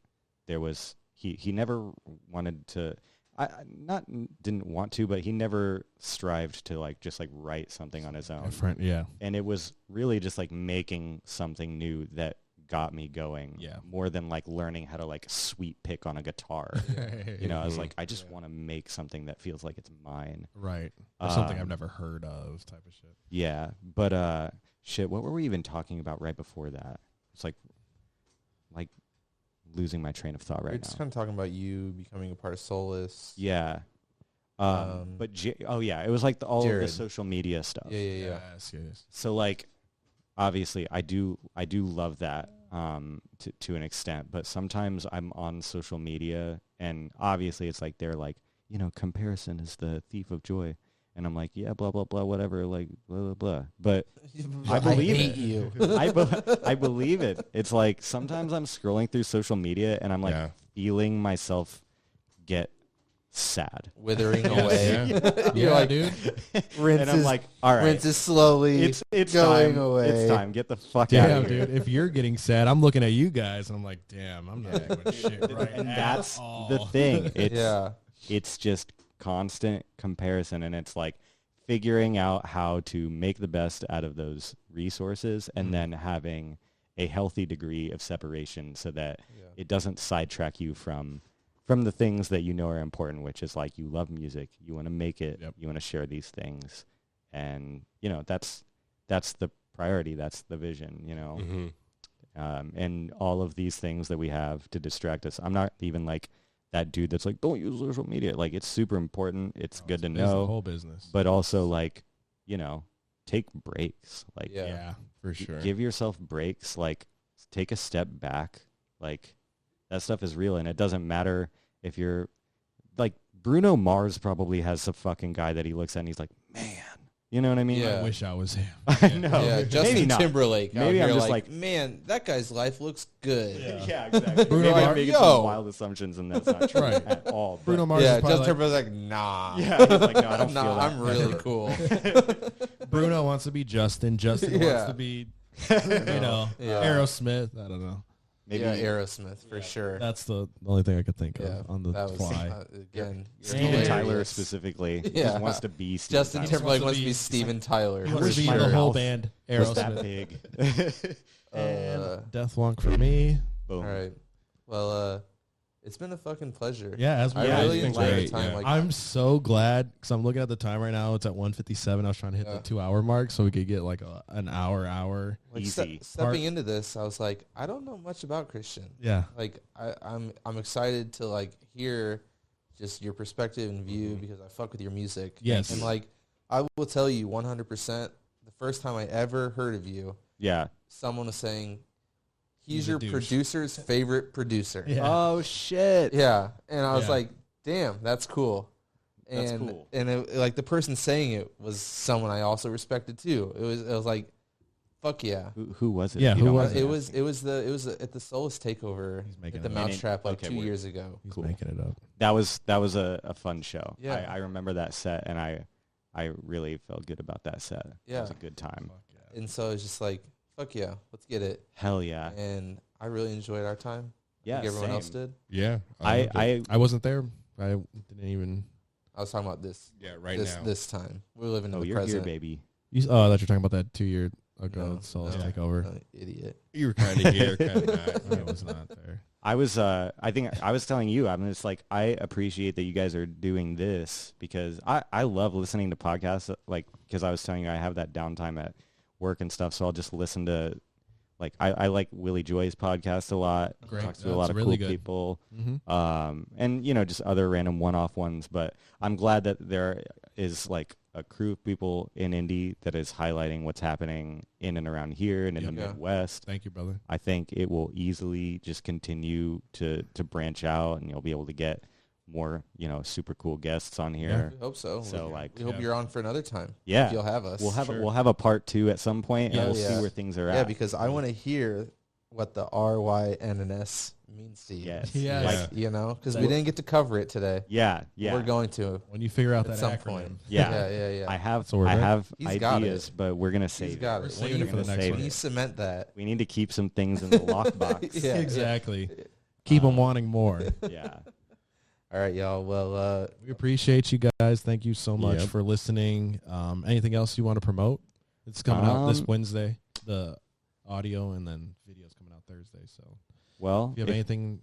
[SPEAKER 4] there was he he never wanted to I I- not didn't want to, but he never strived to like just like write something on his own
[SPEAKER 3] different yeah
[SPEAKER 4] and it was really just like making something new that got me going
[SPEAKER 3] Yeah.
[SPEAKER 4] more than like learning how to like sweet pick on a guitar you know i
[SPEAKER 3] Mm-hmm.
[SPEAKER 4] was like i just want to make something that feels like it's mine
[SPEAKER 3] right or something
[SPEAKER 4] Um,
[SPEAKER 3] i've never heard of type of shit
[SPEAKER 4] yeah but uh shit what were we even talking about right before that it's like like losing my train of thought
[SPEAKER 2] we're
[SPEAKER 4] right
[SPEAKER 2] just
[SPEAKER 4] now
[SPEAKER 2] kind of talking about you becoming a part of Solus.
[SPEAKER 4] yeah um,
[SPEAKER 2] Um,
[SPEAKER 4] but J- oh yeah it was like the, all
[SPEAKER 2] Jared.
[SPEAKER 4] of the social media stuff
[SPEAKER 2] yeah, yeah, yeah.
[SPEAKER 3] Yes, yes.
[SPEAKER 4] so like obviously i do i do love that um to, to an extent but sometimes i'm on social media and obviously it's like they're like you know comparison is the thief of joy and i'm like yeah blah blah blah whatever like blah blah blah but I believe
[SPEAKER 2] hate
[SPEAKER 4] it.
[SPEAKER 2] you.
[SPEAKER 4] i be- i believe it it's like sometimes i'm scrolling through social media and i'm like
[SPEAKER 5] Yeah.
[SPEAKER 4] feeling myself get sad
[SPEAKER 2] Withering
[SPEAKER 5] Yes.
[SPEAKER 2] away.
[SPEAKER 3] yeah
[SPEAKER 2] You're like,
[SPEAKER 3] dude
[SPEAKER 2] Rinse
[SPEAKER 4] and i'm
[SPEAKER 2] is-
[SPEAKER 4] like all right
[SPEAKER 2] rinse is slowly.
[SPEAKER 4] it's it's
[SPEAKER 2] going
[SPEAKER 4] time
[SPEAKER 2] away.
[SPEAKER 4] it's time get the fuck out
[SPEAKER 3] Damn,
[SPEAKER 4] of here
[SPEAKER 3] dude. If you're getting sad, I'm looking at you guys and I'm like, damn, I'm not doing shit right.
[SPEAKER 4] and
[SPEAKER 3] at
[SPEAKER 4] that's the
[SPEAKER 3] all.
[SPEAKER 4] thing. It's
[SPEAKER 2] yeah.
[SPEAKER 4] it's just constant comparison, and it's like figuring out how to make the best out of those resources,
[SPEAKER 3] Mm-hmm.
[SPEAKER 4] and then having a healthy degree of separation so that
[SPEAKER 2] Yeah.
[SPEAKER 4] it doesn't sidetrack you from from the things that you know are important, which is like you love music, you want to make it,
[SPEAKER 3] Yep.
[SPEAKER 4] you want to share these things, and you know that's that's the priority, that's the vision, you know,
[SPEAKER 5] Mm-hmm.
[SPEAKER 4] um, and all of these things that we have to distract us. I'm not even like that dude that's like, don't use social media. Like it's super important. It's good to
[SPEAKER 3] It's the
[SPEAKER 4] know,
[SPEAKER 3] whole business.
[SPEAKER 4] but also like, you know, take breaks. Like
[SPEAKER 2] Yeah.
[SPEAKER 3] yeah, for
[SPEAKER 4] y-
[SPEAKER 3] sure.
[SPEAKER 4] give yourself breaks. Like s- take a step back. Like that stuff is real, and it doesn't matter if you're like Bruno Mars probably has some fucking guy that he looks at and he's like, man, you know what I mean?
[SPEAKER 3] I
[SPEAKER 2] Yeah.
[SPEAKER 3] wish I was him.
[SPEAKER 4] I know.
[SPEAKER 2] yeah,
[SPEAKER 4] Maybe
[SPEAKER 2] Justin
[SPEAKER 4] not.
[SPEAKER 2] Timberlake. out
[SPEAKER 4] Maybe I'm
[SPEAKER 2] here
[SPEAKER 4] just like-
[SPEAKER 2] man, that guy's life looks good. Yeah,
[SPEAKER 4] yeah, exactly.
[SPEAKER 3] Bruno
[SPEAKER 4] Maybe I'm
[SPEAKER 3] Mars-
[SPEAKER 4] making
[SPEAKER 2] Yo.
[SPEAKER 4] some wild assumptions, and that's not true
[SPEAKER 3] Right.
[SPEAKER 4] at all. but-
[SPEAKER 3] Bruno Mars. is probably
[SPEAKER 2] Justin
[SPEAKER 3] like,
[SPEAKER 2] Timberlake's like, nah,
[SPEAKER 4] Yeah, he's like, no, I don't
[SPEAKER 2] I'm
[SPEAKER 4] feel
[SPEAKER 2] not.
[SPEAKER 4] that.
[SPEAKER 2] I'm really cool.
[SPEAKER 3] Bruno wants to be Justin. Justin
[SPEAKER 2] Yeah.
[SPEAKER 3] wants to be, you know,
[SPEAKER 2] Yeah.
[SPEAKER 3] Aerosmith. I don't know.
[SPEAKER 4] Maybe
[SPEAKER 2] yeah, Aerosmith for sure.
[SPEAKER 3] That's the only thing I could think
[SPEAKER 2] yeah,
[SPEAKER 3] of on the
[SPEAKER 2] that was,
[SPEAKER 3] fly.
[SPEAKER 2] uh, again,
[SPEAKER 4] Steven
[SPEAKER 2] hilarious.
[SPEAKER 4] Tyler specifically he
[SPEAKER 2] Yeah.
[SPEAKER 4] just wants to be Steven
[SPEAKER 2] Justin
[SPEAKER 4] Tyler.
[SPEAKER 3] Wants
[SPEAKER 2] Timberlake
[SPEAKER 3] to
[SPEAKER 2] wants to
[SPEAKER 3] be-
[SPEAKER 2] be Steven Tyler.
[SPEAKER 3] He
[SPEAKER 2] for
[SPEAKER 3] wants to be
[SPEAKER 2] sure.
[SPEAKER 3] the whole
[SPEAKER 4] mouth
[SPEAKER 3] band
[SPEAKER 4] was that
[SPEAKER 3] Aerosmith.
[SPEAKER 4] big.
[SPEAKER 2] Uh,
[SPEAKER 3] And Death Walk for me.
[SPEAKER 4] Boom.
[SPEAKER 2] All right. Well, uh, it's been a fucking pleasure.
[SPEAKER 3] Yeah, as we
[SPEAKER 2] I
[SPEAKER 4] Yeah,
[SPEAKER 2] really
[SPEAKER 4] it's been
[SPEAKER 2] enjoyed the
[SPEAKER 5] great,
[SPEAKER 2] time.
[SPEAKER 5] yeah.
[SPEAKER 2] Like,
[SPEAKER 3] I'm so glad because I'm looking at the time right now. It's at 1:57. I was trying to hit
[SPEAKER 2] Yeah.
[SPEAKER 3] the two hour mark so we could get like a, an hour, hour.
[SPEAKER 2] like ste-
[SPEAKER 4] Easy.
[SPEAKER 2] stepping
[SPEAKER 3] Part-
[SPEAKER 2] into this, I was like, I don't know much about Christian.
[SPEAKER 3] Yeah,
[SPEAKER 2] Like, I, I'm I'm excited to like hear just your perspective and view because I fuck with your music.
[SPEAKER 3] Mm-hmm. Yes.
[SPEAKER 2] And like, I will tell you 100. percent The first time I ever heard of you,
[SPEAKER 4] Yeah.
[SPEAKER 2] someone was saying, "He's,
[SPEAKER 3] He's a
[SPEAKER 2] your
[SPEAKER 3] douche.
[SPEAKER 2] producer's favorite producer."
[SPEAKER 3] yeah.
[SPEAKER 4] Oh shit.
[SPEAKER 2] Yeah, and I was
[SPEAKER 3] Yeah.
[SPEAKER 2] like, "Damn, that's cool." And
[SPEAKER 4] That's cool.
[SPEAKER 2] and it, like the person saying it was someone I also respected too. It was it was like, "Fuck yeah!"
[SPEAKER 4] Who, who was it?
[SPEAKER 3] Yeah,
[SPEAKER 4] if you
[SPEAKER 3] who
[SPEAKER 4] don't
[SPEAKER 3] was
[SPEAKER 4] mind
[SPEAKER 2] It
[SPEAKER 4] me
[SPEAKER 2] was
[SPEAKER 4] asking?
[SPEAKER 2] it was the it was at the Solus Takeover
[SPEAKER 3] He's making
[SPEAKER 2] at the
[SPEAKER 3] it up.
[SPEAKER 2] Mousetrap like
[SPEAKER 4] Okay,
[SPEAKER 2] two
[SPEAKER 4] we're-
[SPEAKER 2] years ago.
[SPEAKER 3] He's
[SPEAKER 4] cool.
[SPEAKER 3] making it up.
[SPEAKER 4] that was that was a, a fun show.
[SPEAKER 2] Yeah.
[SPEAKER 4] I, I remember that set, and I I really felt good about that set. it
[SPEAKER 2] Yeah.
[SPEAKER 4] was a good time.
[SPEAKER 2] And so it's just like, "Fuck yeah, let's get it."
[SPEAKER 4] Hell yeah.
[SPEAKER 2] And I really enjoyed our time.
[SPEAKER 4] Yeah.
[SPEAKER 2] I think everyone
[SPEAKER 4] same.
[SPEAKER 2] else did.
[SPEAKER 5] Yeah.
[SPEAKER 4] I-
[SPEAKER 5] loved it.
[SPEAKER 4] I
[SPEAKER 3] I wasn't there. I didn't even.
[SPEAKER 2] I was talking about this
[SPEAKER 5] yeah right
[SPEAKER 2] this
[SPEAKER 5] now.
[SPEAKER 2] this time. We're living in
[SPEAKER 4] Oh,
[SPEAKER 2] the
[SPEAKER 4] you're here,
[SPEAKER 2] present.
[SPEAKER 4] baby.
[SPEAKER 3] You, s- oh, I thought you were talking about that two year ago.
[SPEAKER 2] No,
[SPEAKER 3] so let's
[SPEAKER 5] no.
[SPEAKER 3] take over.
[SPEAKER 2] Oh, idiot.
[SPEAKER 5] you were kind of here, kind of not.
[SPEAKER 3] I was not there.
[SPEAKER 4] I was uh I think I was telling you I'm just like I appreciate that you guys are doing this because I I love listening to podcasts uh, like because I was telling you I have that downtime at work and stuff so I'll just listen to like I, I like Willie Joy's podcast a lot
[SPEAKER 3] Great.
[SPEAKER 4] talks to a
[SPEAKER 3] That's
[SPEAKER 4] lot of
[SPEAKER 3] really
[SPEAKER 4] cool
[SPEAKER 3] good.
[SPEAKER 4] people
[SPEAKER 3] Mm-hmm.
[SPEAKER 4] um and you know just other random one-off ones but I'm glad that there is like a crew of people in Indy that is highlighting what's happening in and around here and in the
[SPEAKER 2] Yeah. Yeah.
[SPEAKER 4] Midwest
[SPEAKER 3] Thank you, brother.
[SPEAKER 4] I think it will easily just continue to to branch out, and you'll be able to get more, you know, super cool guests on here.
[SPEAKER 2] We hope so.
[SPEAKER 4] So,
[SPEAKER 2] we,
[SPEAKER 4] like-
[SPEAKER 2] we hope
[SPEAKER 3] Yeah.
[SPEAKER 2] you're on for another time.
[SPEAKER 4] Yeah,
[SPEAKER 2] If you'll have us.
[SPEAKER 4] we'll have
[SPEAKER 5] Sure.
[SPEAKER 4] we'll have a part two at some point,
[SPEAKER 3] Yeah.
[SPEAKER 4] and we'll
[SPEAKER 2] Yeah.
[SPEAKER 4] see where things are
[SPEAKER 2] Yeah,
[SPEAKER 4] at.
[SPEAKER 2] because I want to hear what the R, Y, N, and S means to you.
[SPEAKER 4] Yes.
[SPEAKER 3] Yeah.
[SPEAKER 4] Like,
[SPEAKER 2] You know, because we
[SPEAKER 3] That-
[SPEAKER 2] didn't get to cover it today.
[SPEAKER 4] yeah, yeah,
[SPEAKER 2] We're going to
[SPEAKER 3] When you figure out
[SPEAKER 2] at
[SPEAKER 3] that
[SPEAKER 2] some
[SPEAKER 3] acronym,
[SPEAKER 2] point.
[SPEAKER 4] yeah.
[SPEAKER 2] Yeah, yeah, yeah.
[SPEAKER 4] I have
[SPEAKER 3] So we're
[SPEAKER 4] I
[SPEAKER 3] back.
[SPEAKER 4] have
[SPEAKER 2] He's got
[SPEAKER 4] ideas, but we're gonna save
[SPEAKER 2] got
[SPEAKER 4] it.
[SPEAKER 2] it. We're
[SPEAKER 4] We're
[SPEAKER 2] saving it
[SPEAKER 4] gonna
[SPEAKER 3] for the next
[SPEAKER 4] save
[SPEAKER 3] one.
[SPEAKER 2] Can
[SPEAKER 4] it.
[SPEAKER 2] you cement that?
[SPEAKER 4] We need to keep some things in the lockbox.
[SPEAKER 2] Yeah, Uh, yeah.
[SPEAKER 3] exactly. Keep them wanting more.
[SPEAKER 4] yeah.
[SPEAKER 2] All right, y'all. Well, uh,
[SPEAKER 3] we appreciate you guys. Thank you so much
[SPEAKER 5] Yep.
[SPEAKER 3] for listening. Um, anything else you want to promote? It's coming out this
[SPEAKER 4] Um,
[SPEAKER 3] Wednesday. The audio and then videos coming out Thursday. So
[SPEAKER 4] Well,
[SPEAKER 3] if you
[SPEAKER 4] if,
[SPEAKER 3] have anything,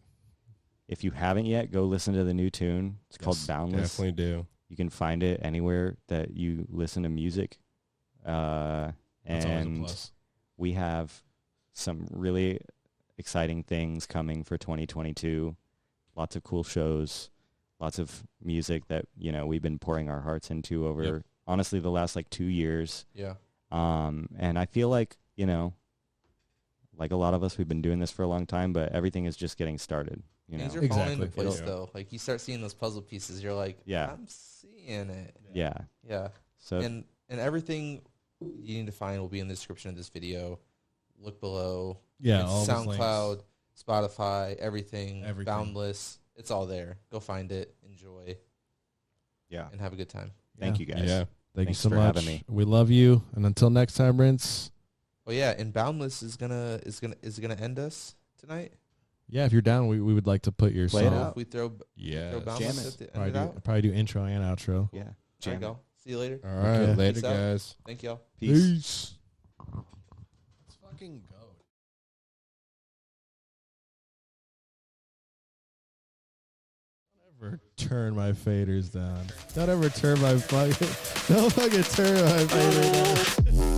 [SPEAKER 4] if you haven't yet, go listen to the new tune. It's called
[SPEAKER 3] Yes,
[SPEAKER 4] Boundless.
[SPEAKER 5] Definitely do.
[SPEAKER 4] You can find it anywhere that you listen to music. Uh,
[SPEAKER 3] that's always a
[SPEAKER 4] and
[SPEAKER 3] plus.
[SPEAKER 4] we have some really exciting things coming for 2022. Lots of cool shows, lots of music that, you know, we've been pouring our hearts into over honestly the last like 2 years.
[SPEAKER 2] yeah.
[SPEAKER 4] Um and I feel like, you know, like a lot of us we've been doing this for a long time, but everything is just getting started, you know.
[SPEAKER 2] Things are falling into
[SPEAKER 3] Exactly.
[SPEAKER 2] place,
[SPEAKER 5] Yeah.
[SPEAKER 2] though. Like, you start seeing those puzzle pieces. You're like,
[SPEAKER 4] Yeah.
[SPEAKER 2] I'm seeing it.
[SPEAKER 4] yeah.
[SPEAKER 2] Yeah.
[SPEAKER 4] So
[SPEAKER 2] and and everything you need to find will be in the description of this video. Look below.
[SPEAKER 3] Yeah,
[SPEAKER 2] It's
[SPEAKER 3] all those links.
[SPEAKER 2] SoundCloud, Spotify, everything,
[SPEAKER 3] Everything.
[SPEAKER 2] Boundless. It's all there. Go find it, enjoy,
[SPEAKER 4] yeah.
[SPEAKER 2] and have a good time.
[SPEAKER 4] Thank
[SPEAKER 3] Yeah.
[SPEAKER 4] you guys.
[SPEAKER 5] Yeah.
[SPEAKER 3] Thank you
[SPEAKER 4] Thanks
[SPEAKER 3] so
[SPEAKER 4] for
[SPEAKER 3] much.
[SPEAKER 4] having me.
[SPEAKER 3] We love you. And until next time, Rince.
[SPEAKER 2] Oh yeah, and Boundless is gonna is gonna is gonna end us tonight.
[SPEAKER 3] Yeah, if you're down, we, we would like to put your
[SPEAKER 4] Play it
[SPEAKER 3] song.
[SPEAKER 2] So
[SPEAKER 4] out.
[SPEAKER 2] if we throw, throw
[SPEAKER 5] Yeah.
[SPEAKER 4] jam
[SPEAKER 2] Boundless
[SPEAKER 4] it.
[SPEAKER 2] at the end
[SPEAKER 3] Probably
[SPEAKER 2] it out.
[SPEAKER 3] do, probably do intro and outro.
[SPEAKER 4] Yeah.
[SPEAKER 2] There you
[SPEAKER 4] Jam it.
[SPEAKER 2] go. See you later.
[SPEAKER 5] All right.
[SPEAKER 3] Okay.
[SPEAKER 5] Later,
[SPEAKER 2] Peace out.
[SPEAKER 5] guys.
[SPEAKER 2] Thank y'all.
[SPEAKER 4] Peace.
[SPEAKER 3] Let's fucking go. Don't ever turn my faders down. Don't ever turn my fucking. Don't fucking turn my fader down.